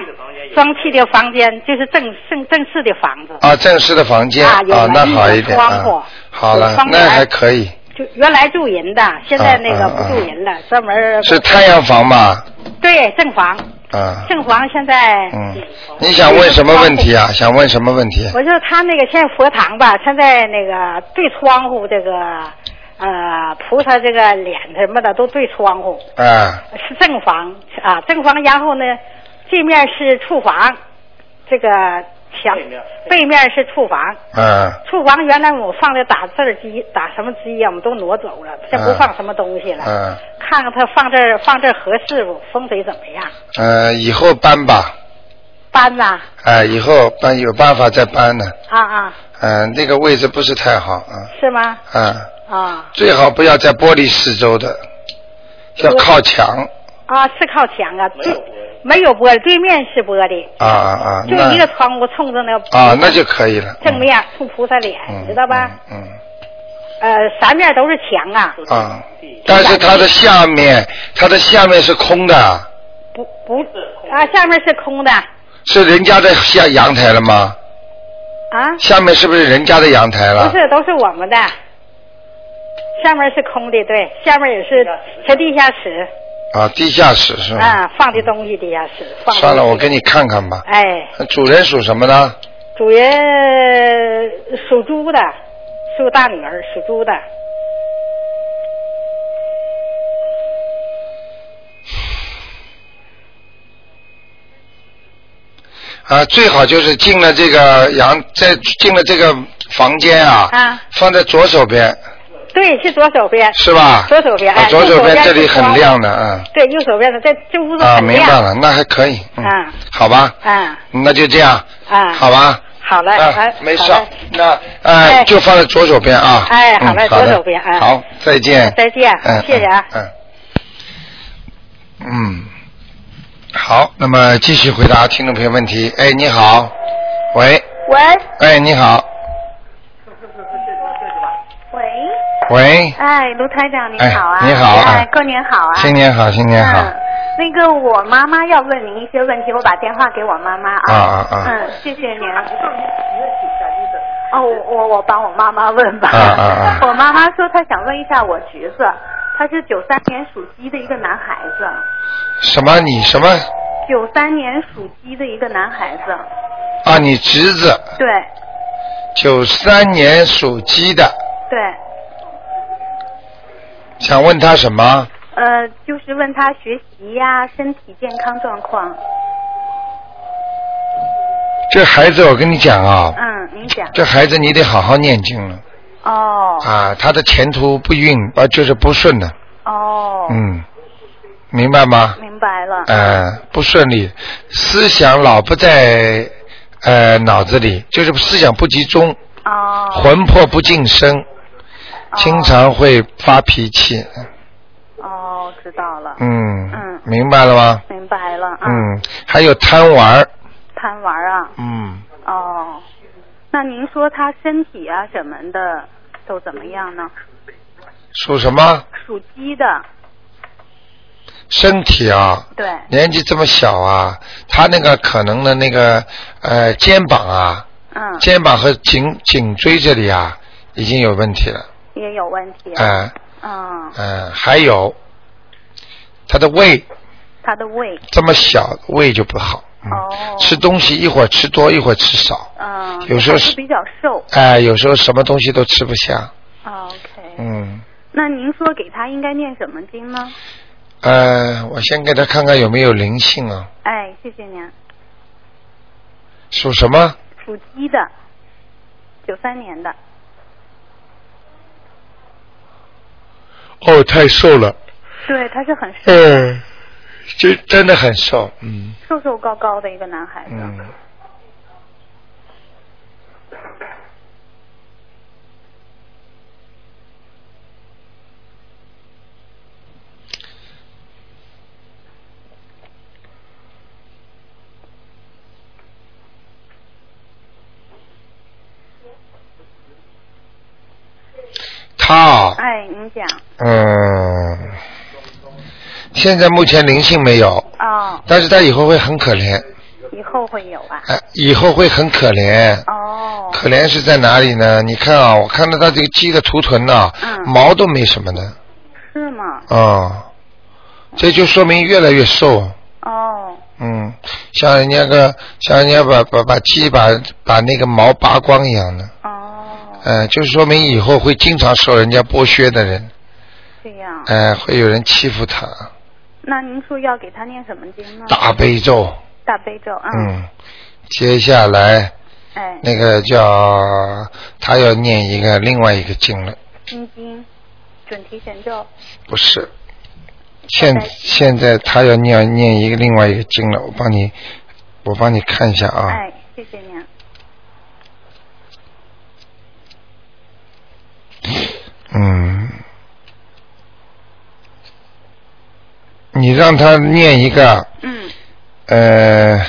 S5: 装气的房间就是正正正式的房子，
S1: 啊，正式的房间
S5: 啊
S1: 啊
S5: 有
S1: 那
S5: 门
S1: 好
S5: 有
S1: 一点
S5: 窗户
S1: 啊，好
S5: 有
S1: 了
S5: 窗，
S1: 那
S5: 帘
S1: 还可以，
S5: 就原来住人的，现在那个
S1: 啊啊
S5: 不
S1: 啊
S5: 住人了，专门
S1: 是太阳房吧？
S5: 对正房，
S1: 啊，
S5: 正房现在
S1: 嗯，你想问什么问题啊？想问什么问题？
S5: 我就是他那个现在佛堂吧，现在那个对窗户这个呃菩萨这个脸什么的都对窗户，
S1: 啊，
S5: 是正房啊正房，然后呢这面是厨房，这个墙背面是厨房。
S1: 嗯，
S5: 厨房原来我放的打字儿机，打什么机呀、我们都挪走了，现在不
S1: 嗯
S5: 放什么东西了。
S1: 嗯，
S5: 看看他放这儿放这儿合适不？风水怎么样？
S1: 呃，以后搬吧，
S5: 搬呐、
S1: 哎，以后搬有办法再搬呢。
S5: 啊啊，
S1: 嗯，那个位置不是太好啊，
S5: 是吗？
S1: 嗯，
S5: 啊
S1: 最好不要在玻璃四周的，要靠墙
S5: 啊，是靠墙啊，对，没有玻璃，对面是玻璃，
S1: 啊啊啊，
S5: 就一个
S1: 那
S5: 窗户冲着那
S1: 啊那就可以了，
S5: 正面冲菩萨脸，
S1: 嗯，嗯
S5: 知道吧？？
S1: 嗯
S5: 呃，三面都是墙啊，
S1: 嗯啊，但是它的下面，它的下面是空的，
S5: 不不啊，下面是空的
S1: 是人家的下阳台了吗？
S5: 啊，
S1: 下面是不是人家的阳台了？
S5: 不是都是我们的，下面是空的，对，下面也是是地下室
S1: 啊，地下室是吗？
S5: 啊，放的东西地下室。放的
S1: 算了，
S5: 东西
S1: 我给你看看吧。
S5: 哎，
S1: 主人属什么呢？
S5: 主人属猪的，是我大女儿，属猪的。
S1: 啊，最好就是进了这个阳，在进了这个房间啊，
S5: 啊
S1: 放在左手边，
S5: 对，是左手边。
S1: 是吧？
S5: 左手边，
S1: 啊
S5: 哎，
S1: 左手边
S5: 右
S1: 这里
S5: 是窗
S1: 很
S5: 户
S1: 亮的，嗯。
S5: 对，右手边的这这屋子
S1: 啊，
S5: 很
S1: 明
S5: 亮。
S1: 白了，那还可以。嗯
S5: 啊。
S1: 好吧，
S5: 啊
S1: 那就这样，
S5: 啊。
S1: 好。吧。
S5: 好嘞，
S1: 啊
S5: 哎，
S1: 没事
S5: 好嘞，
S1: 那
S5: 哎
S1: 呃，就放在左手边啊。
S5: 哎好
S1: 嗯
S5: 嘞
S1: 好的
S5: 左手边哎
S1: 好，再见。
S5: 再见
S1: 嗯，
S5: 谢谢啊
S1: 嗯。嗯，嗯好，那么继续回答听众朋友问题。哎，你好，喂，
S4: 喂
S1: 哎，你好，
S4: 喂，
S1: 喂，
S4: 哎，卢台长您
S1: 哎
S4: 好啊，
S1: 你好啊
S4: 哎，过年好啊，
S1: 新年好，新年好，
S4: 嗯，那个我妈妈要问您一些问题，我把电话给我妈妈啊。
S1: 啊啊啊
S4: 嗯，谢谢您。哦，我我我帮我妈妈问吧。
S1: 啊啊啊
S4: 我妈妈说她想问一下我侄子，他是九三年属鸡的一个男孩子，
S1: 什么你什么
S4: 九三年属鸡的一个男孩子，
S1: 啊？你侄子
S4: 对
S1: 九三年属鸡的，
S4: 对，
S1: 想问他什么？
S4: 呃，就是问他学习呀、身体健康状况。
S1: 这孩子，我跟你讲啊，
S4: 嗯，您讲。
S1: 这孩子你得好好念经了
S4: 哦
S1: 啊，他的前途不运啊，就是不顺的，
S4: 哦。
S1: 嗯，明白吗？
S4: 明白了。
S1: 呃，不顺利，思想老不在呃脑子里，就是思想不集中，
S4: 哦。
S1: 魂魄不近身，经常会发脾气。
S4: 哦，知道了。
S1: 嗯，
S4: 嗯
S1: 明白了吗？
S4: 明白了。
S1: 嗯嗯，还有贪玩儿，
S5: 啊贪玩啊。
S1: 嗯，
S5: 哦，那您说他身体啊什么的都怎么样呢？
S1: 属什么？
S5: 属鸡的，
S1: 身体啊，
S5: 对，
S1: 年纪这么小啊，他那个可能的那个呃肩膀啊，
S5: 嗯，
S1: 肩膀和颈颈椎这里啊已经有问题了，
S5: 也有问题。
S1: 嗯
S5: 嗯，
S1: 嗯，还有他的胃
S5: 他的胃，
S1: 这么小，胃就不好，嗯，
S5: 哦
S1: 吃东西一会儿吃多一会儿吃少，
S5: 嗯，
S1: 有时候
S5: 还
S1: 是
S5: 是比较瘦。
S1: 哎、有时候什么东西都吃不下，
S5: 啊 OK，、
S1: 嗯。
S5: 那您说给他应该念什么经呢？
S1: 呃，我先给他看看有没有灵性啊，
S5: 哎，谢谢您，
S1: 属什么？
S5: 属鸡的，九三年的，
S1: 哦，太瘦了，
S5: 对，他是很瘦
S1: 嗯，这真的很瘦，嗯
S5: 瘦瘦高高的一个男孩子。
S1: 嗯。他啊、
S5: 哎，您讲
S1: 嗯，现在目前灵性没有，
S5: 哦，
S1: 但是他以后会很可怜，
S5: 以后会有啊。
S1: 哎、以后会很可怜。
S5: 哦，
S1: 可怜是在哪里呢？你看啊，我看到他这个鸡的图腾呢、
S5: 嗯
S1: 毛都没什么的，
S5: 是吗？
S1: 哦，这就说明越来越瘦。
S5: 哦，
S1: 嗯，像人家个，像人家把把把鸡把把那个毛拔光一样的，
S5: 哦，
S1: 呃，就说明以后会经常受人家剥削的人，
S5: 这样。
S1: 呃，会有人欺负他。
S5: 那您说要给他念什么经呢？
S1: 大悲咒，
S5: 大悲咒，嗯，
S1: 嗯，接下来
S5: 哎，
S1: 那个叫他要念一个另外一个经了，
S5: 心经，准提神咒，
S1: 不是？现
S5: 拜拜
S1: 现在他要念念一个另外一个经了，我帮你，我帮你看一下啊。
S5: 哎，谢谢您。
S1: 嗯，你让他念一个，
S5: 嗯，
S1: 呃，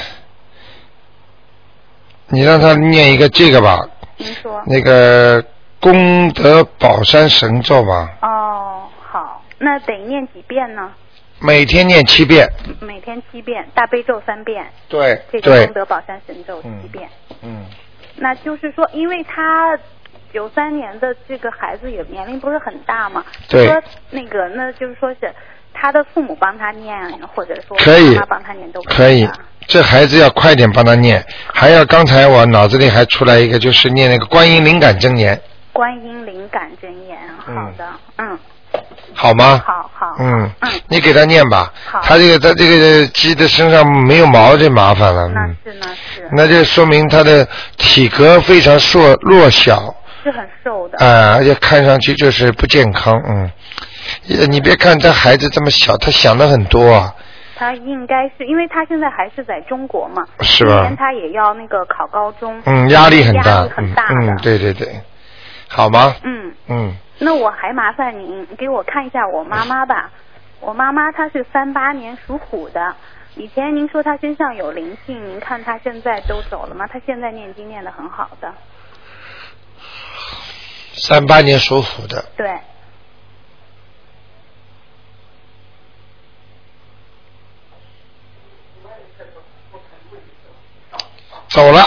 S1: 你让他念一个这个吧，
S5: 您说。
S1: 那个功德宝山神咒吧，
S5: 哦，好，那得念几遍呢？
S1: 每天念七遍。
S5: 每天七遍，大悲咒三遍，
S1: 对
S5: 这个
S1: 对
S5: 功，德宝山神咒七遍。
S1: 嗯，
S5: 那就是说，因为他九三年的这个孩子也年龄不是很大嘛，
S1: 对
S5: 说那个那就是说是他的父母帮他念，或者说
S1: 可以
S5: 妈妈帮他念都啊
S1: 可以
S5: 吧。
S1: 这孩子要快点帮他念，还要刚才我脑子里还出来一个，就是念那个观音灵感真言，
S5: 观音灵感真言，
S1: 嗯
S5: 好的，嗯，
S1: 好吗？
S5: 好好，
S1: 嗯
S5: 嗯，
S1: 你给他念吧
S5: 好。
S1: 他这个他这个鸡的身上没有毛，这麻烦了。
S5: 那
S1: 嗯，
S5: 是那是
S1: 那就说明他的体格非常弱弱小
S5: 是很瘦的
S1: 啊、，而且看上去就是不健康。嗯，也你别看他孩子这么小，他想的很多啊，
S5: 他应该是因为他现在还是在中国嘛，
S1: 是
S5: 今
S1: 吧
S5: 年？他也要那个考高中，
S1: 嗯，压力很
S5: 压
S1: 大，
S5: 力很
S1: 嗯
S5: 大
S1: 嗯，
S5: 的，
S1: 对对对，好吗？
S5: 嗯，
S1: 嗯，
S5: 那我还麻烦您给我看一下我妈妈吧。我妈妈她是三八年属虎的，以前您说她身上有灵性，您看她现在都走了吗？她现在念经念得很好的，
S1: 三八年属虎的，
S5: 对，
S1: 走了。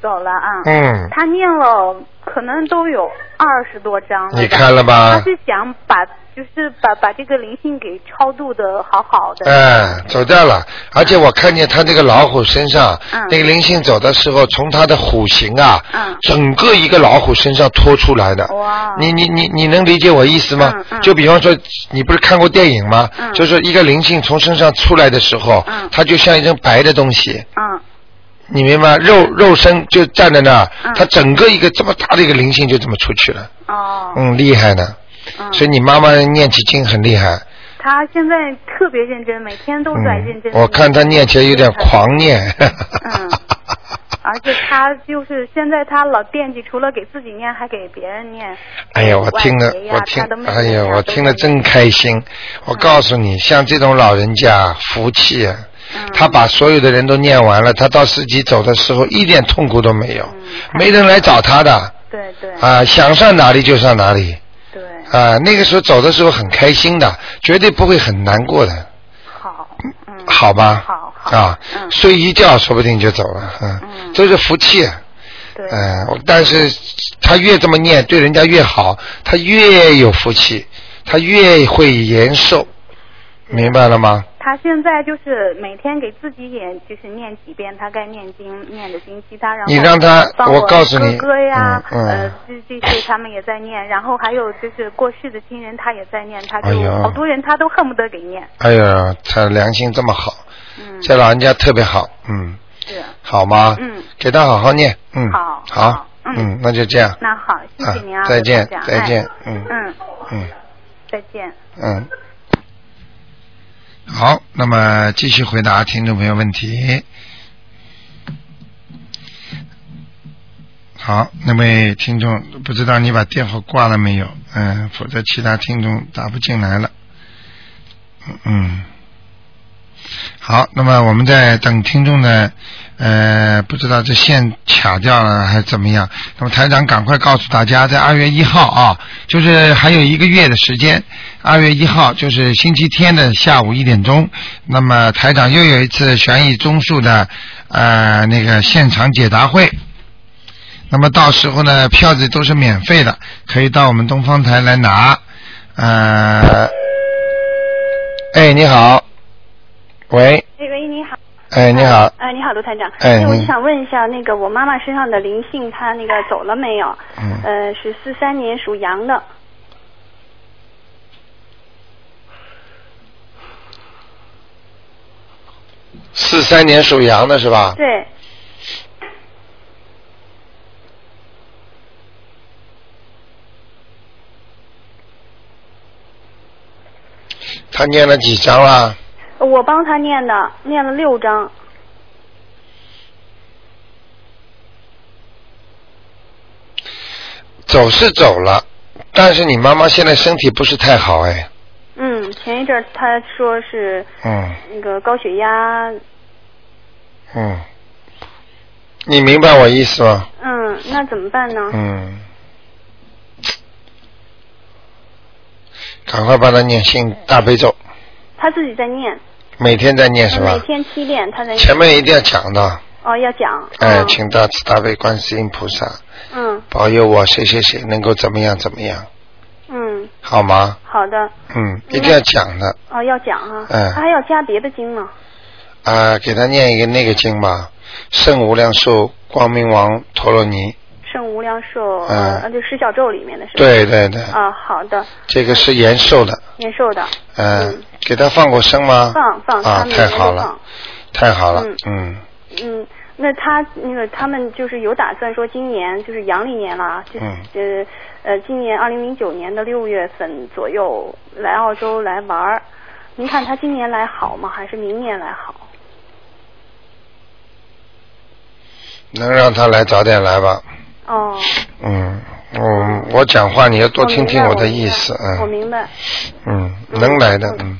S5: 走了啊。
S1: 嗯，
S5: 她念了可能都有二十多章了吧。
S1: 你看了
S5: 她
S1: 吧？
S5: 是想把就是把把这个灵性给超度的好好的。
S1: 哎，走掉了，而且我看见他这个老虎身上，
S5: 嗯
S1: 那个灵性走的时候，从他的虎形啊，
S5: 嗯
S1: 整个一个老虎身上拖出来的。
S5: 哇。
S1: 你你你你能理解我意思吗？
S5: 嗯嗯
S1: 就比方说，你不是看过电影吗？
S5: 嗯
S1: 就是一个灵性从身上出来的时候，
S5: 嗯
S1: 它就像一张白的东西，
S5: 嗯
S1: 你明白吗？肉肉身就站在那儿，
S5: 嗯
S1: 它整个一个这么大的一个灵性就这么出去了，
S5: 哦
S1: 嗯，厉害呢。
S5: 嗯。
S1: 所以你妈妈念起经很厉害，嗯
S5: 她现在特别认真，每天都在认真地念、
S1: 我看他念起来有点狂念。
S5: 嗯而且他就是现在他老惦记，除了给自己念，还给别人念。
S1: 哎呀，我听了
S5: 外爷，呀
S1: 我听
S5: 他的妹，妹
S1: 哎呀，
S5: 呀嗯嗯
S1: 我听了真开心。我告诉你，像这种老人家福气啊，
S4: 嗯
S1: 他把所有的人都念完了，他到自己走的时候一点痛苦都没有，
S5: 嗯
S1: 没人来找他的
S4: 对对
S1: 啊，想上哪里就上哪里
S4: 对，
S1: 啊。那个时候走的时候很开心的，绝对不会很难过的，
S4: 好，嗯，
S1: 好吧？
S4: 好好
S1: 啊，
S4: 嗯
S1: 睡一觉说不定就走了，嗯，这是福气。
S4: 对，
S1: 嗯，我但是他越这么念，对人家越好，他越有福气，他越会延寿，明白了吗？
S4: 他现在就是每天给自己也就是念几遍他该念经念的经，其他然后
S1: 你让他
S4: 帮
S1: 我
S4: 我
S1: 告诉你
S4: 哥哥呀，
S1: 嗯嗯
S4: 呃，这这些他们也在念，然后还有就是过世的亲人他也在念，他就、
S1: 哎呦
S4: 好多人他都恨不得给念，
S1: 哎呀，他良心这么好，
S4: 嗯，
S1: 这老人家特别好，嗯，
S4: 是，
S1: 好吗？
S4: 嗯，
S1: 给他好好念，嗯，
S4: 好
S1: 好
S4: 好，嗯
S1: 嗯，那就这样，
S4: 那好，谢谢您啊，
S1: 啊再见
S4: 刘台长
S1: 再见
S4: 哎
S1: 嗯
S4: 嗯，
S1: 嗯
S4: 再见。
S1: 嗯，好，那么继续回答听众朋友问题。好，那位听众，不知道你把电话挂了没有？嗯，否则其他听众打不进来了。嗯嗯。好，那么我们在等听众呢，呃，不知道这线卡掉了还是怎么样。那么台长赶快告诉大家，在二月一号啊，就是还有一个月的时间，二月一号就是星期天的下午一点钟。那么台长又有一次悬疑综述的呃那个现场解答会。那么到时候呢，票子都是免费的，可以到我们东方台来拿。呃，哎，你好，喂，
S3: 哎喂，你好。
S1: 哎，你好，
S3: 哎、你好，卢台长。
S1: 哎
S3: 我
S1: 你
S3: 想问一下，那个我妈妈身上的灵性，她那个走了没有？
S1: 嗯
S3: 呃，是四三年属羊的。
S1: 四三年属羊的是吧？
S3: 对，
S1: 他念了几章啦？
S3: 我帮她念的，念了六章。
S1: 走是走了，但是你妈妈现在身体不是太好哎，
S3: 嗯，前一阵儿她说是
S1: 嗯
S3: 那个高血压，
S1: 嗯，你明白我意思吗？
S3: 嗯，那怎么办呢？
S1: 嗯，赶快帮他念心大悲咒，
S3: 她自己在念，呃
S1: 每天在念是
S3: 她每
S1: 吧？
S3: 天七遍，她在
S1: 前面一定要讲的，
S3: 哦要讲。
S1: 哎，
S3: 嗯
S1: 请大慈大悲观世音菩萨
S3: 嗯
S1: 保佑我谁谁谁能够怎么样怎么样，
S3: 嗯，
S1: 好吗？
S3: 好的，
S1: 嗯，一定要讲的
S3: 哦要讲啊。
S1: 嗯
S3: 她还要加别的经吗？
S1: 啊、给他念一个那个经吧，《圣无量寿光明王陀罗尼》。
S3: 圣无量寿，
S1: 嗯
S3: 呃，就十小咒里面的是吧？。
S1: 对对对，
S3: 啊，好的，
S1: 这个是延寿的，
S3: 年寿的，
S1: 嗯
S3: 嗯，
S1: 给他放过生吗？
S3: 放放，
S1: 啊
S3: 他，们
S1: 太好
S3: 都放
S1: 了，太好了
S3: 嗯，
S1: 嗯，
S3: 嗯，那他那个他们就是有打算说今年就是阳历年了啊，就是、
S1: 嗯
S3: 呃呃今年二零零九年的六月份左右来澳洲来玩儿，您看他今年来好吗？还是明年来好？
S1: 能让他来早点来吧，
S3: 哦，
S1: 嗯，我我讲话你要多听听
S3: 我
S1: 的
S3: 明白
S1: 意思，
S3: 我
S1: 嗯
S3: 明白，
S1: 嗯，
S3: 嗯
S1: 能来的，嗯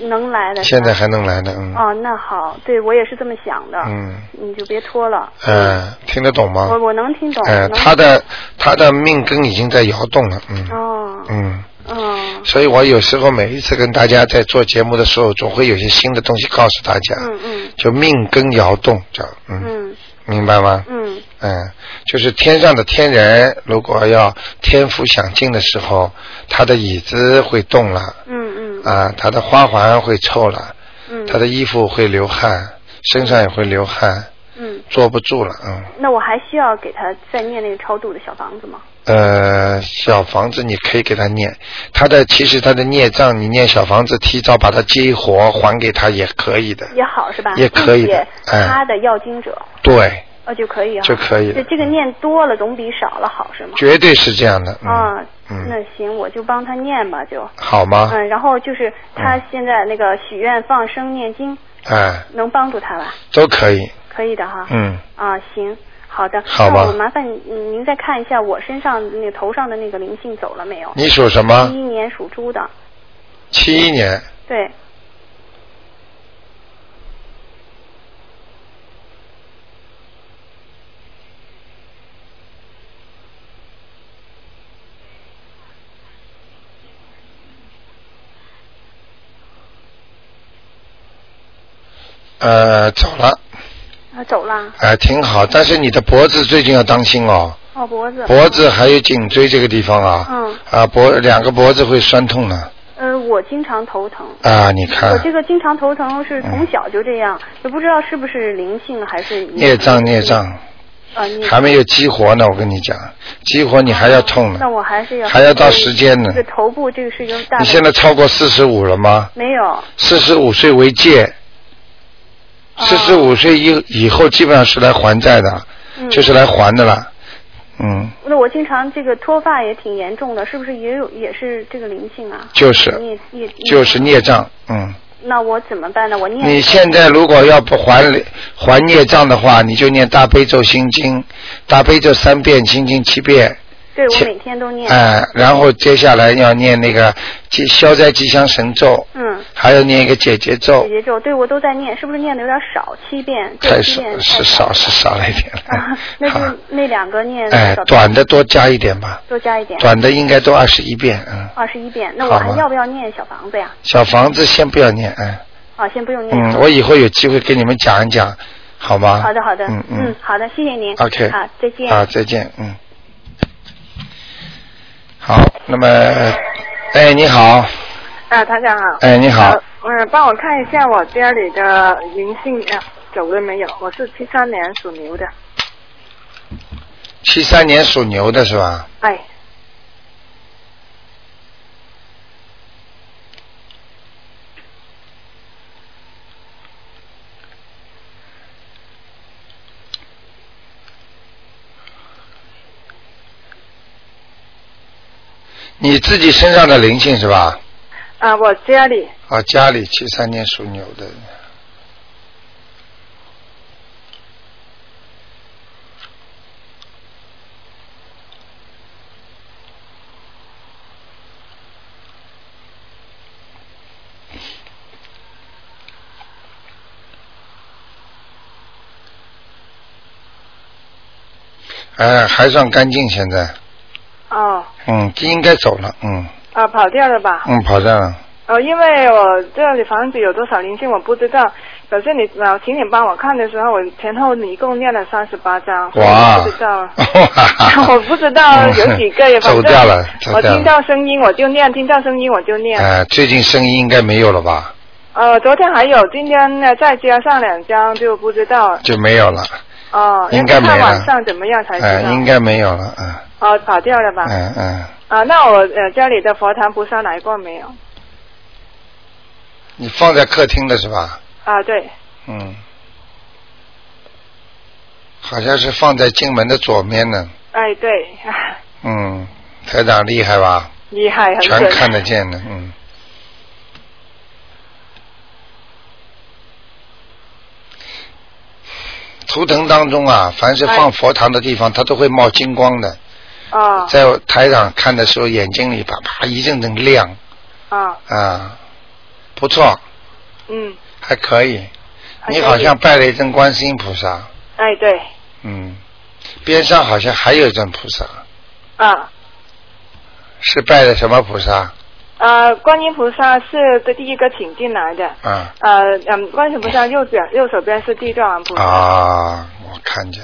S3: 嗯，能来的是
S1: 现
S3: 吧。
S1: 在还能来的，嗯
S3: 哦，那好，对我也是这么想的，
S1: 嗯，
S3: 你就别拖了，
S1: 嗯，听得懂吗
S3: 我？我能听懂，
S1: 哎，
S3: 能
S1: 他的他的命根已经在摇动了，嗯
S3: 哦，
S1: 嗯。
S3: 嗯
S1: 所以我有时候每一次跟大家在做节目的时候，总会有些新的东西告诉大家。
S3: 嗯嗯
S1: 就命根摇动，这样，嗯，
S3: 嗯
S1: 明白吗？
S3: 嗯
S1: 嗯，就是天上的天人，如果要天福享尽的时候，他的椅子会动了，
S3: 嗯嗯
S1: 啊，他的花环会臭了，
S3: 嗯，
S1: 他的衣服会流汗，身上也会流汗，
S3: 嗯。
S1: 坐不住了，嗯，
S3: 那我还需要给他再念那个超度的小房子吗？
S1: 呃，小房子你可以给他念，他的其实他的孽障，你念小房子，提早把它激活还给他也可以的，
S3: 也好是吧？
S1: 也可以的
S3: 并且
S1: 哎
S3: 他的要经者，
S1: 对，
S3: 呃就可以啊，
S1: 就可以的
S3: 对，这个念多了总比少了好是吗？
S1: 绝对是这样的，嗯，
S3: 啊，
S1: 嗯，啊
S3: 那行，我就帮他念吧，就
S1: 好吗？
S3: 嗯，然后就是他现在那个许愿、放生、念经，
S1: 哎，
S3: 能帮助他吧？
S1: 都可以，
S3: 可以的哈。
S1: 嗯，
S3: 啊，行，好的。
S1: 好吧
S3: 那我麻烦嗯您再看一下我身上那个头上的那个灵性走了没有？
S1: 你属什
S3: 一
S1: 么？
S3: 一年属猪的，
S1: 七一年，
S3: 对，
S1: 呃，走了，
S3: 啊，走了。
S1: 哎、挺好。但是你的脖子最近要当心哦，
S3: 哦，脖子。
S1: 脖子还有颈椎这个地方啊，
S3: 嗯，
S1: 啊脖两个脖子会酸痛的
S3: 呃，我经常头疼。
S1: 啊，嗯你
S3: 我
S1: 看
S3: 这个经常头疼是从小就这样，也不知道是不是灵性还是
S1: 孽障孽障
S3: 啊，孽
S1: 还没有激活呢，我跟你讲，激活你还要痛呢
S3: 那。我还是要
S1: 还要到时间呢
S3: 这个头部这个事情大概
S1: 你现在超过四十五了吗？
S3: 没有
S1: 四十五岁为界，
S3: 啊
S1: 四十五岁以以后基本上是来还债的，
S3: 嗯
S1: 就是来还的了。嗯，
S3: 那我经常这个脱发也挺严重的，是不是也有也是这个灵性啊？
S1: 就是
S3: 孽孽
S1: 就是。孽障。嗯，
S3: 那我怎么办呢？我念
S1: 你现在如果要不还还孽障的话，你就念大悲咒心经，大悲咒三遍，心经七遍，
S3: 对我
S1: 切
S3: 每天都念。
S1: 哎、然后接下来要念那个吉消灾吉祥神咒，
S3: 嗯，
S1: 还要念一个解结咒
S3: 姐，姐咒，对我都在念，是不是念的有点少？七遍，对
S1: 太
S3: 七
S1: 少
S3: 遍太
S1: 是少是少了一点了。
S3: 啊， 那就那两个念
S1: 哎，短的多加一点吧，
S3: 多加一点，
S1: 短的应该都二十一遍，嗯。
S3: 二十一遍。那
S1: 好
S3: 我还
S1: 吧
S3: 要不要念小房子呀？
S1: 小房子先不要念，嗯
S3: 啊，先不用念。
S1: 嗯，我以后有机会给你们讲一讲，好吗？
S3: 好的，好的，
S1: 嗯嗯
S3: 好的，谢谢您。
S1: ，OK，
S3: 好，再见。
S1: 好，再见，嗯。好，那么，哎，你好，
S6: 啊，台长好。
S1: 哎，你好，
S6: 嗯、呃帮我看一下我家里的灵性啊走了没有？我是七三年属牛的。
S1: 七三年属牛的是吧？
S6: 哎，
S1: 你自己身上的灵性是吧？
S6: 啊，我家里
S1: 啊，家里七三年属牛的。哎，还算干净，现在，
S6: 哦
S1: 嗯，应该走了，嗯，
S6: 啊跑掉了吧？
S1: 嗯，跑掉了，
S6: 哦，因为我这里房子有多少灵性我不知道，可是你老请你帮我看的时候，我前后你一共念了三十八章，
S1: 哇，
S6: 我不 知道。
S1: 我
S6: 我不知道有几 个，
S1: 嗯
S6: 反
S1: 走
S6: 正
S1: 掉了，走
S6: 我
S1: 掉
S6: 听
S1: 了。
S6: 到啊声音我就念，听到声音我就念。
S1: 哎，最近生意应该没有了吧？
S6: 呃，昨天还有，今天呢再加上两张就不知道了。
S1: 就没有了，
S6: 哦，
S1: 应该没
S6: 要
S1: 了
S6: 看晚上怎么样才知
S1: 哎，
S6: 道。
S1: 应该没有了，嗯
S6: 哦，跑掉了吧？
S1: 嗯嗯，
S6: 啊，那我呃家里的佛堂菩萨来过没有？
S1: 你放在客厅的是吧？
S6: 啊，对，
S1: 嗯，好像是放在进门的左面呢，
S6: 哎对，
S1: 嗯，台长厉害吧？
S6: 厉害，很
S1: 全
S6: 准。
S1: 看得见的，嗯。图腾当中啊，凡是放
S6: 哎
S1: 佛堂的地方，它都会冒金光的。
S6: 哦
S1: 在我台上看的时候，眼睛里啪啪一阵阵亮
S6: 哦，
S1: 啊，不错，
S6: 嗯，
S1: 还可以。
S6: 还
S1: 你
S6: 可
S1: 好
S6: 以
S1: 像拜了一尊观世音菩萨，
S6: 哎对，
S1: 嗯，边上好像还有一尊菩萨，
S6: 啊
S1: 是拜的什么菩萨？
S6: 呃，观音菩萨是这第一个请进来的。
S1: 啊
S6: 呃嗯，观世菩萨右边右手边是地藏王菩萨。
S1: 啊，我看见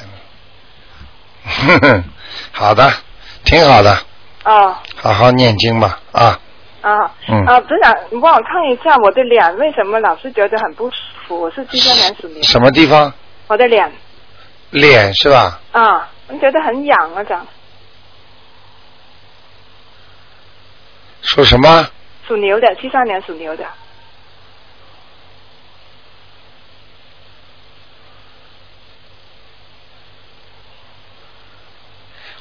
S1: 了， 好的，挺好的，
S6: 哦
S1: 好好念经吧啊，
S6: 啊
S1: 嗯
S6: 啊！不长，你帮我看一下我的脸，为什么老是觉得很不舒服？我是七三年属牛，
S1: 什么地方？
S6: 我的脸
S1: 脸是吧？
S6: 啊，我觉得很痒啊，长
S1: 属什么？
S6: 属牛的，七三年属牛的。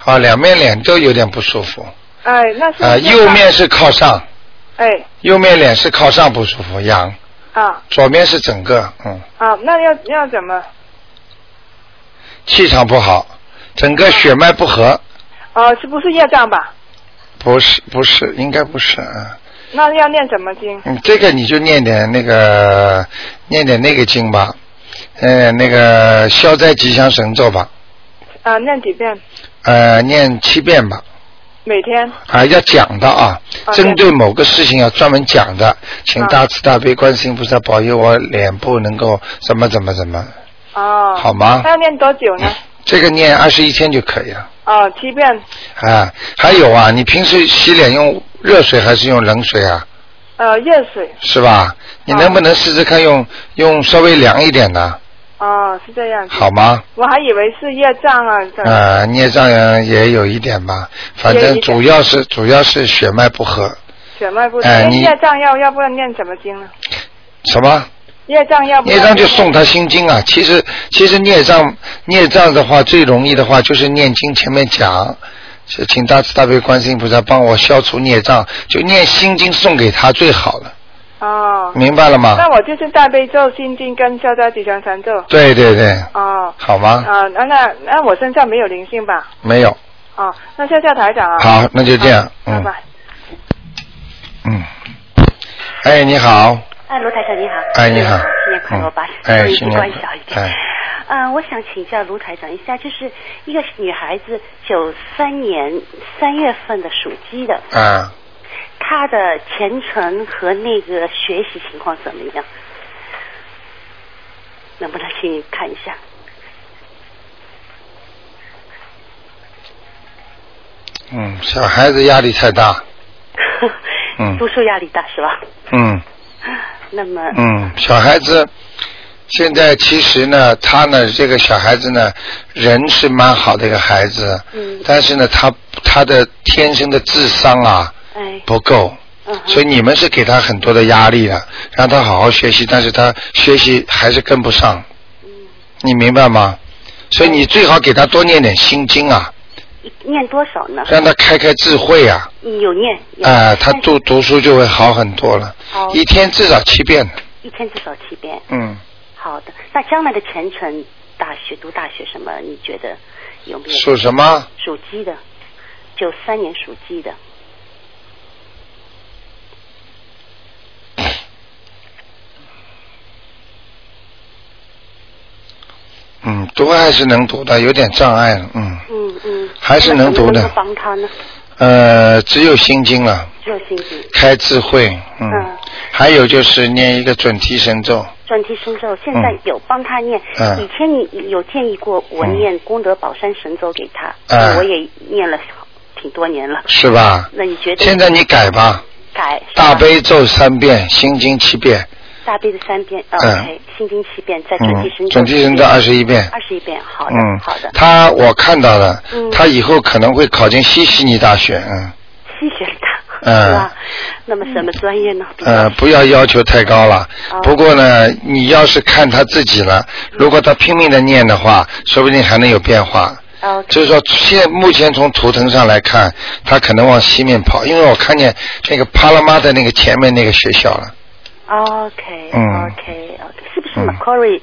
S1: 啊，两面脸都有点不舒服
S6: 哎，那是
S1: 啊，右面是靠上，
S6: 哎
S1: 右面脸是靠上不舒服，痒。
S6: 啊
S1: 左面是整个，嗯，
S6: 啊，那要要怎么？
S1: 气场不好，整个血脉不和，
S6: 哦，是不是业障吧？
S1: 不是不是，应该不是啊。
S6: 那要念什么经？
S1: 嗯，这个你就念点那个，念点那个经吧，呃，那个消灾吉祥神咒吧，
S6: 呃啊，念几遍？
S1: 呃，念七遍吧，
S6: 每天
S1: 啊，要讲的啊，
S6: 好的
S1: 针对某个事情要专门讲的，请
S6: 嗯
S1: 大慈大悲观世音菩萨保佑我脸部能够怎么怎么怎么，
S6: 哦。
S1: 好吗
S6: 那要念多久呢？
S1: 这个念二十一天就可以了
S6: 哦，七遍，
S1: 啊。还有啊，你平时洗脸用热水还是用冷水啊？
S6: 呃，热水。
S1: 是吧？你能不能试试看用用稍微凉一点的，
S6: 哦，是这样。
S1: 好。吗？
S6: 我还以为是业障啊，这
S1: 啊，孽障也有一点吧，反
S6: 也有
S1: 正
S6: 一点
S1: 主要是主要是血脉不和，
S6: 血脉不
S1: 哎
S6: 通。
S1: 你
S6: 业障要要不然念什么经呢？
S1: 什么？
S6: 业障要不然
S1: 孽障就诵他心经啊。其实其实孽障孽障的话，最容易的话就是念经前面讲，是请大慈大悲观世音菩萨帮我消除孽障，就念心经送给他最好了，
S6: 哦。
S1: 明白了吗
S6: 那？我就是大悲咒、心经跟消灾吉祥神咒。
S1: 对对对，
S6: 哦。
S1: 好吗？
S6: 啊，那那那我身上没有灵性吧？
S1: 没有，
S6: 哦，那谢谢台长啊。
S1: 好，那就这样
S6: 好，拜
S1: 嗯
S6: 拜。
S1: 嗯。哎，你好，
S3: 哎，卢台长你好。
S1: 哎你好
S3: 新年快乐吧
S1: 嗯！哎
S3: 祝你
S1: 新
S3: 闭
S1: 年
S3: 关小一点。
S1: 哎
S3: 呃，我想请教卢台长一下，就是一个女孩子，九三年三月份的属鸡的，
S1: 啊，
S3: 她的前程和那个学习情况怎么样？能不能请你看一下？
S1: 嗯，小孩子压力太大，嗯
S3: 读书压力大是吧？
S1: 嗯。
S3: 那么，
S1: 嗯，小孩子现在其实呢，他呢，这个小孩子呢，人是蛮好的一个孩子，
S3: 嗯
S1: 但是呢，他他的天生的智商啊
S3: 哎，
S1: 不够，
S3: 嗯
S1: 所以
S3: 哼，
S1: 你们是给他很多的压力了，让他好好学习，但是他学习还是跟不上，你明白吗？所以你最好给他多念点心经啊，
S3: 念多少呢？
S1: 让他开开智慧啊，
S3: 有念，有
S1: 啊、他
S3: 但是
S1: 读读书就会好很多了，
S3: 好
S1: 一天至少七遍，
S3: 一天至少七遍。
S1: 嗯。
S3: 好的，那将来的前程，大学读大学什么？你觉得有没有？
S1: 属什么？
S3: 属鸡的，九三年属鸡的，
S1: 嗯，读还是能读的，有点障碍了。嗯，
S3: 嗯嗯，
S1: 还是能读的
S3: 那怎么能够帮他呢，
S1: 呃，只有心经了，
S3: 只有心经。
S1: 开智慧。嗯，
S3: 嗯
S1: 还有就是念一个准提神咒。
S3: 专题深咒，现在
S1: 嗯
S3: 有帮他念。
S1: 嗯
S3: 以前你有建议过我
S1: 嗯
S3: 念功德宝山神咒给他，
S1: 嗯
S3: 我也念了挺多年了。
S1: 是吧？
S3: 那你觉得
S1: 现在你改吧，
S3: 改是吧啊
S1: 大悲咒三遍，心经七遍，
S3: 大悲的三遍、
S1: 嗯
S3: o k 心经七遍，再准提神
S1: 嗯，
S3: 咒，
S1: 准提神咒二十一遍。
S3: 二十一遍，好的，
S1: 嗯，
S3: 好的。
S1: 他我看到了，
S3: 嗯
S1: 他以后可能会考进西悉尼大学。嗯，
S3: 谢谢他，
S1: 嗯
S3: 是吧？那么什么专业呢？比较
S1: 呃，不要要求太高了。
S3: 嗯哦
S1: 不过呢，你要是看他自己了，如果他拼命的念的话，说不定还能有变化。
S3: 哦，
S1: 就是说，现目前从图腾上来看，他可能往西面跑，因为我看见那个帕拉玛的那个前面那个学校了。
S3: OK，OK，OK，、
S1: 嗯
S3: 是不是
S1: 嗯
S3: Macquarie？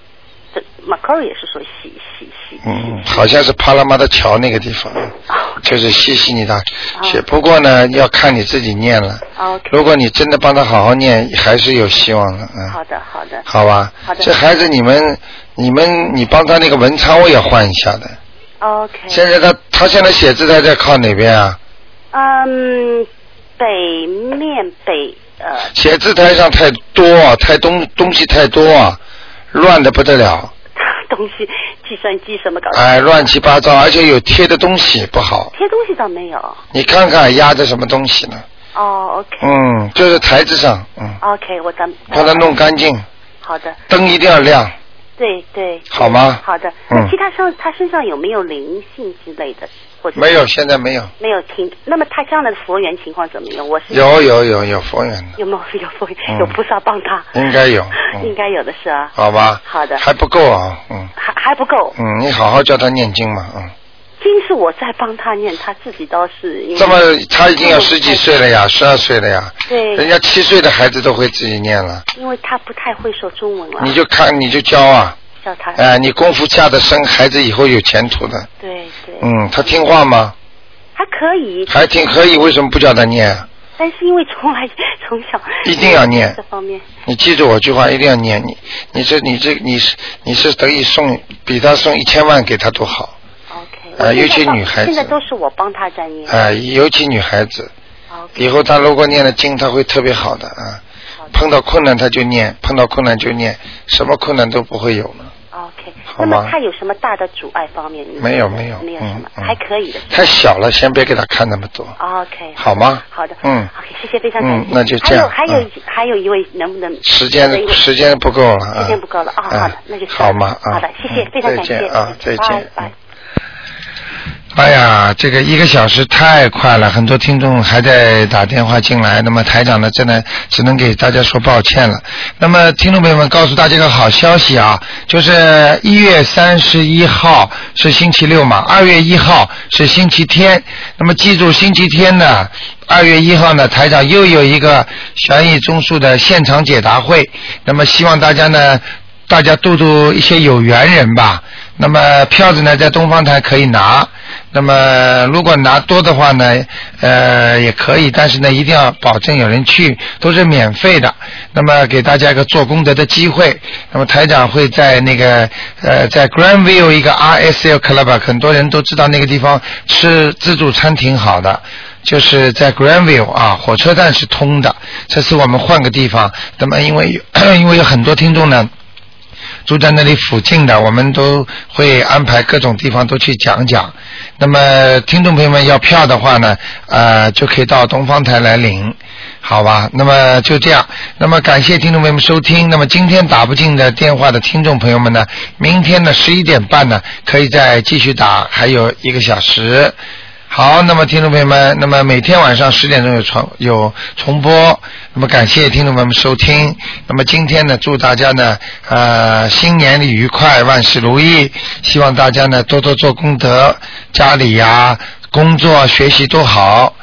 S3: 这 Macquarie 也是说洗洗洗
S1: 嗯，好像是帕拉玛的桥那个地方，
S3: 哦
S1: 就是西西尼大
S3: 啊
S1: 学。不过呢，要看你自己念了。
S3: ，OK，
S1: 如果你真的帮他好好念，还是有希望的。嗯，
S3: 好的，好的，
S1: 好吧。
S3: 好的
S1: 这孩子，你们、你们、你帮他那个文昌位要换一下的。
S3: 嗯，OK，
S1: 现在他他现在写字台在靠哪边啊？
S3: 嗯，北面北呃，
S1: 写字台上太多，啊太东东西太多，啊乱的不得了，
S3: 东西计算机什么搞的，
S1: 哎，乱七八糟，而且有贴的东西不好，
S3: 贴东西倒没有，
S1: 你看看压着什么东西呢？
S3: 哦，OK，OK，、
S1: 嗯，就是台子上，嗯，
S3: 我咱
S1: 把它弄干净，
S3: 好的，
S1: 灯一定要亮，
S3: 对对，
S1: 好吗
S3: 好的，
S1: 嗯
S3: 那其他上他身上有没有灵性之类的？或者
S1: 没有，现在没有，
S3: 没有听。那么他将来的佛缘情况怎么样？我是
S1: 有有有有佛缘的，
S3: 有没有有佛
S1: 嗯
S3: 缘有菩萨帮他？
S1: 应该有嗯
S3: 应该有的是啊。
S1: 好吧？
S3: 好的
S1: 还不够啊，嗯
S3: 还还不够，
S1: 嗯，你好好教他念经嘛，嗯，
S3: 经是我在帮他念，他自己倒是因为
S1: 这么他已经有十几岁了呀，十二岁了哎呀，
S3: 对
S1: 人家七岁的孩子都会自己念了，
S3: 因为他不太会说中文了，啊
S1: 你就看你就教啊，
S3: 叫他、
S1: 哎、你功夫下得深，孩子以后有前途的。
S3: 对对，
S1: 嗯，他听话吗？
S3: 还可以，
S1: 还挺可以，为什么不叫他念？啊
S3: 但是因为从来从小
S1: 一定要念
S3: 这方面，
S1: 你记住我句话，一定要念。你，你这，你这，你是，你是等于送比他送一千万给他多好。
S3: OK，
S1: 呃，尤其女孩
S7: 现在
S1: 子，
S7: 都是我帮他在念。
S1: 啊、尤其女孩子，
S7: 好
S1: 以后她如果念了经，她会特别好的啊。碰到困难她就念，碰到困难就念，什么困难都不会有了。
S7: OK，
S1: 好
S7: 那
S1: 吗
S7: 么他有什么大的阻碍方面？
S1: 没有没有
S7: 没有
S1: 嗯
S7: 什么，
S1: 嗯
S7: 还可以的。
S1: 太小了，先别给她看那么多，
S7: OK，
S1: 好吗？
S7: 好的，
S1: 嗯
S7: ，OK，谢谢，非常感
S1: 嗯
S7: 谢。
S1: 那就这样
S7: 还有还有
S1: 嗯
S7: 一还有一位，能不能
S1: 时间
S7: 还有一位
S1: 时间不够了啊，
S7: 时间不够
S5: 哦
S7: 了啊好的那就
S1: 好吗？啊，
S7: 好的谢谢
S1: 嗯
S7: 非常感谢
S1: 再见啊，
S7: 再
S1: 再
S7: 见
S1: 见。
S7: 拜拜
S1: 哎呀，这个一个小时太快了，很多听众还在打电话进来。那么台长呢，真的只能给大家说抱歉了。那么听众朋友们，告诉大家一个好消息啊，就是一月三十一号是星期六嘛，二月一号是星期天。那么记住星期天呢，二月一号呢，台长又有一个悬疑综述的现场解答会。那么希望大家呢。大家度度一些有缘人吧。那么票子呢，在东方台可以拿。那么如果拿多的话呢，呃，也可以，但是呢，一定要保证有人去，都是免费的。那么给大家一个做功德的机会。那么台长会在那个呃，在 Grandview 一个 RSL Club，啊很多人都知道那个地方吃自助餐挺好的。就是在 Grandview 啊，火车站是通的。这次我们换个地方，那么因为 因为有很多听众呢，住在那里附近的，我们都会安排各种地方都去讲讲。那么听众朋友们要票的话呢，呃，就可以到东方台来领，好吧？那么就这样，那么感谢听众朋友们收听。那么今天打不进的电话的听众朋友们呢，明天呢十一点半呢可以再继续打，还有一个小时。好，那么听众朋友们，那么每天晚上十点钟有重有重播，那么感谢听众朋友们收听。那么今天呢，祝大家呢，呃，新年里愉快，万事如意。希望大家呢多多做功德，家里呀、工作、学习都好。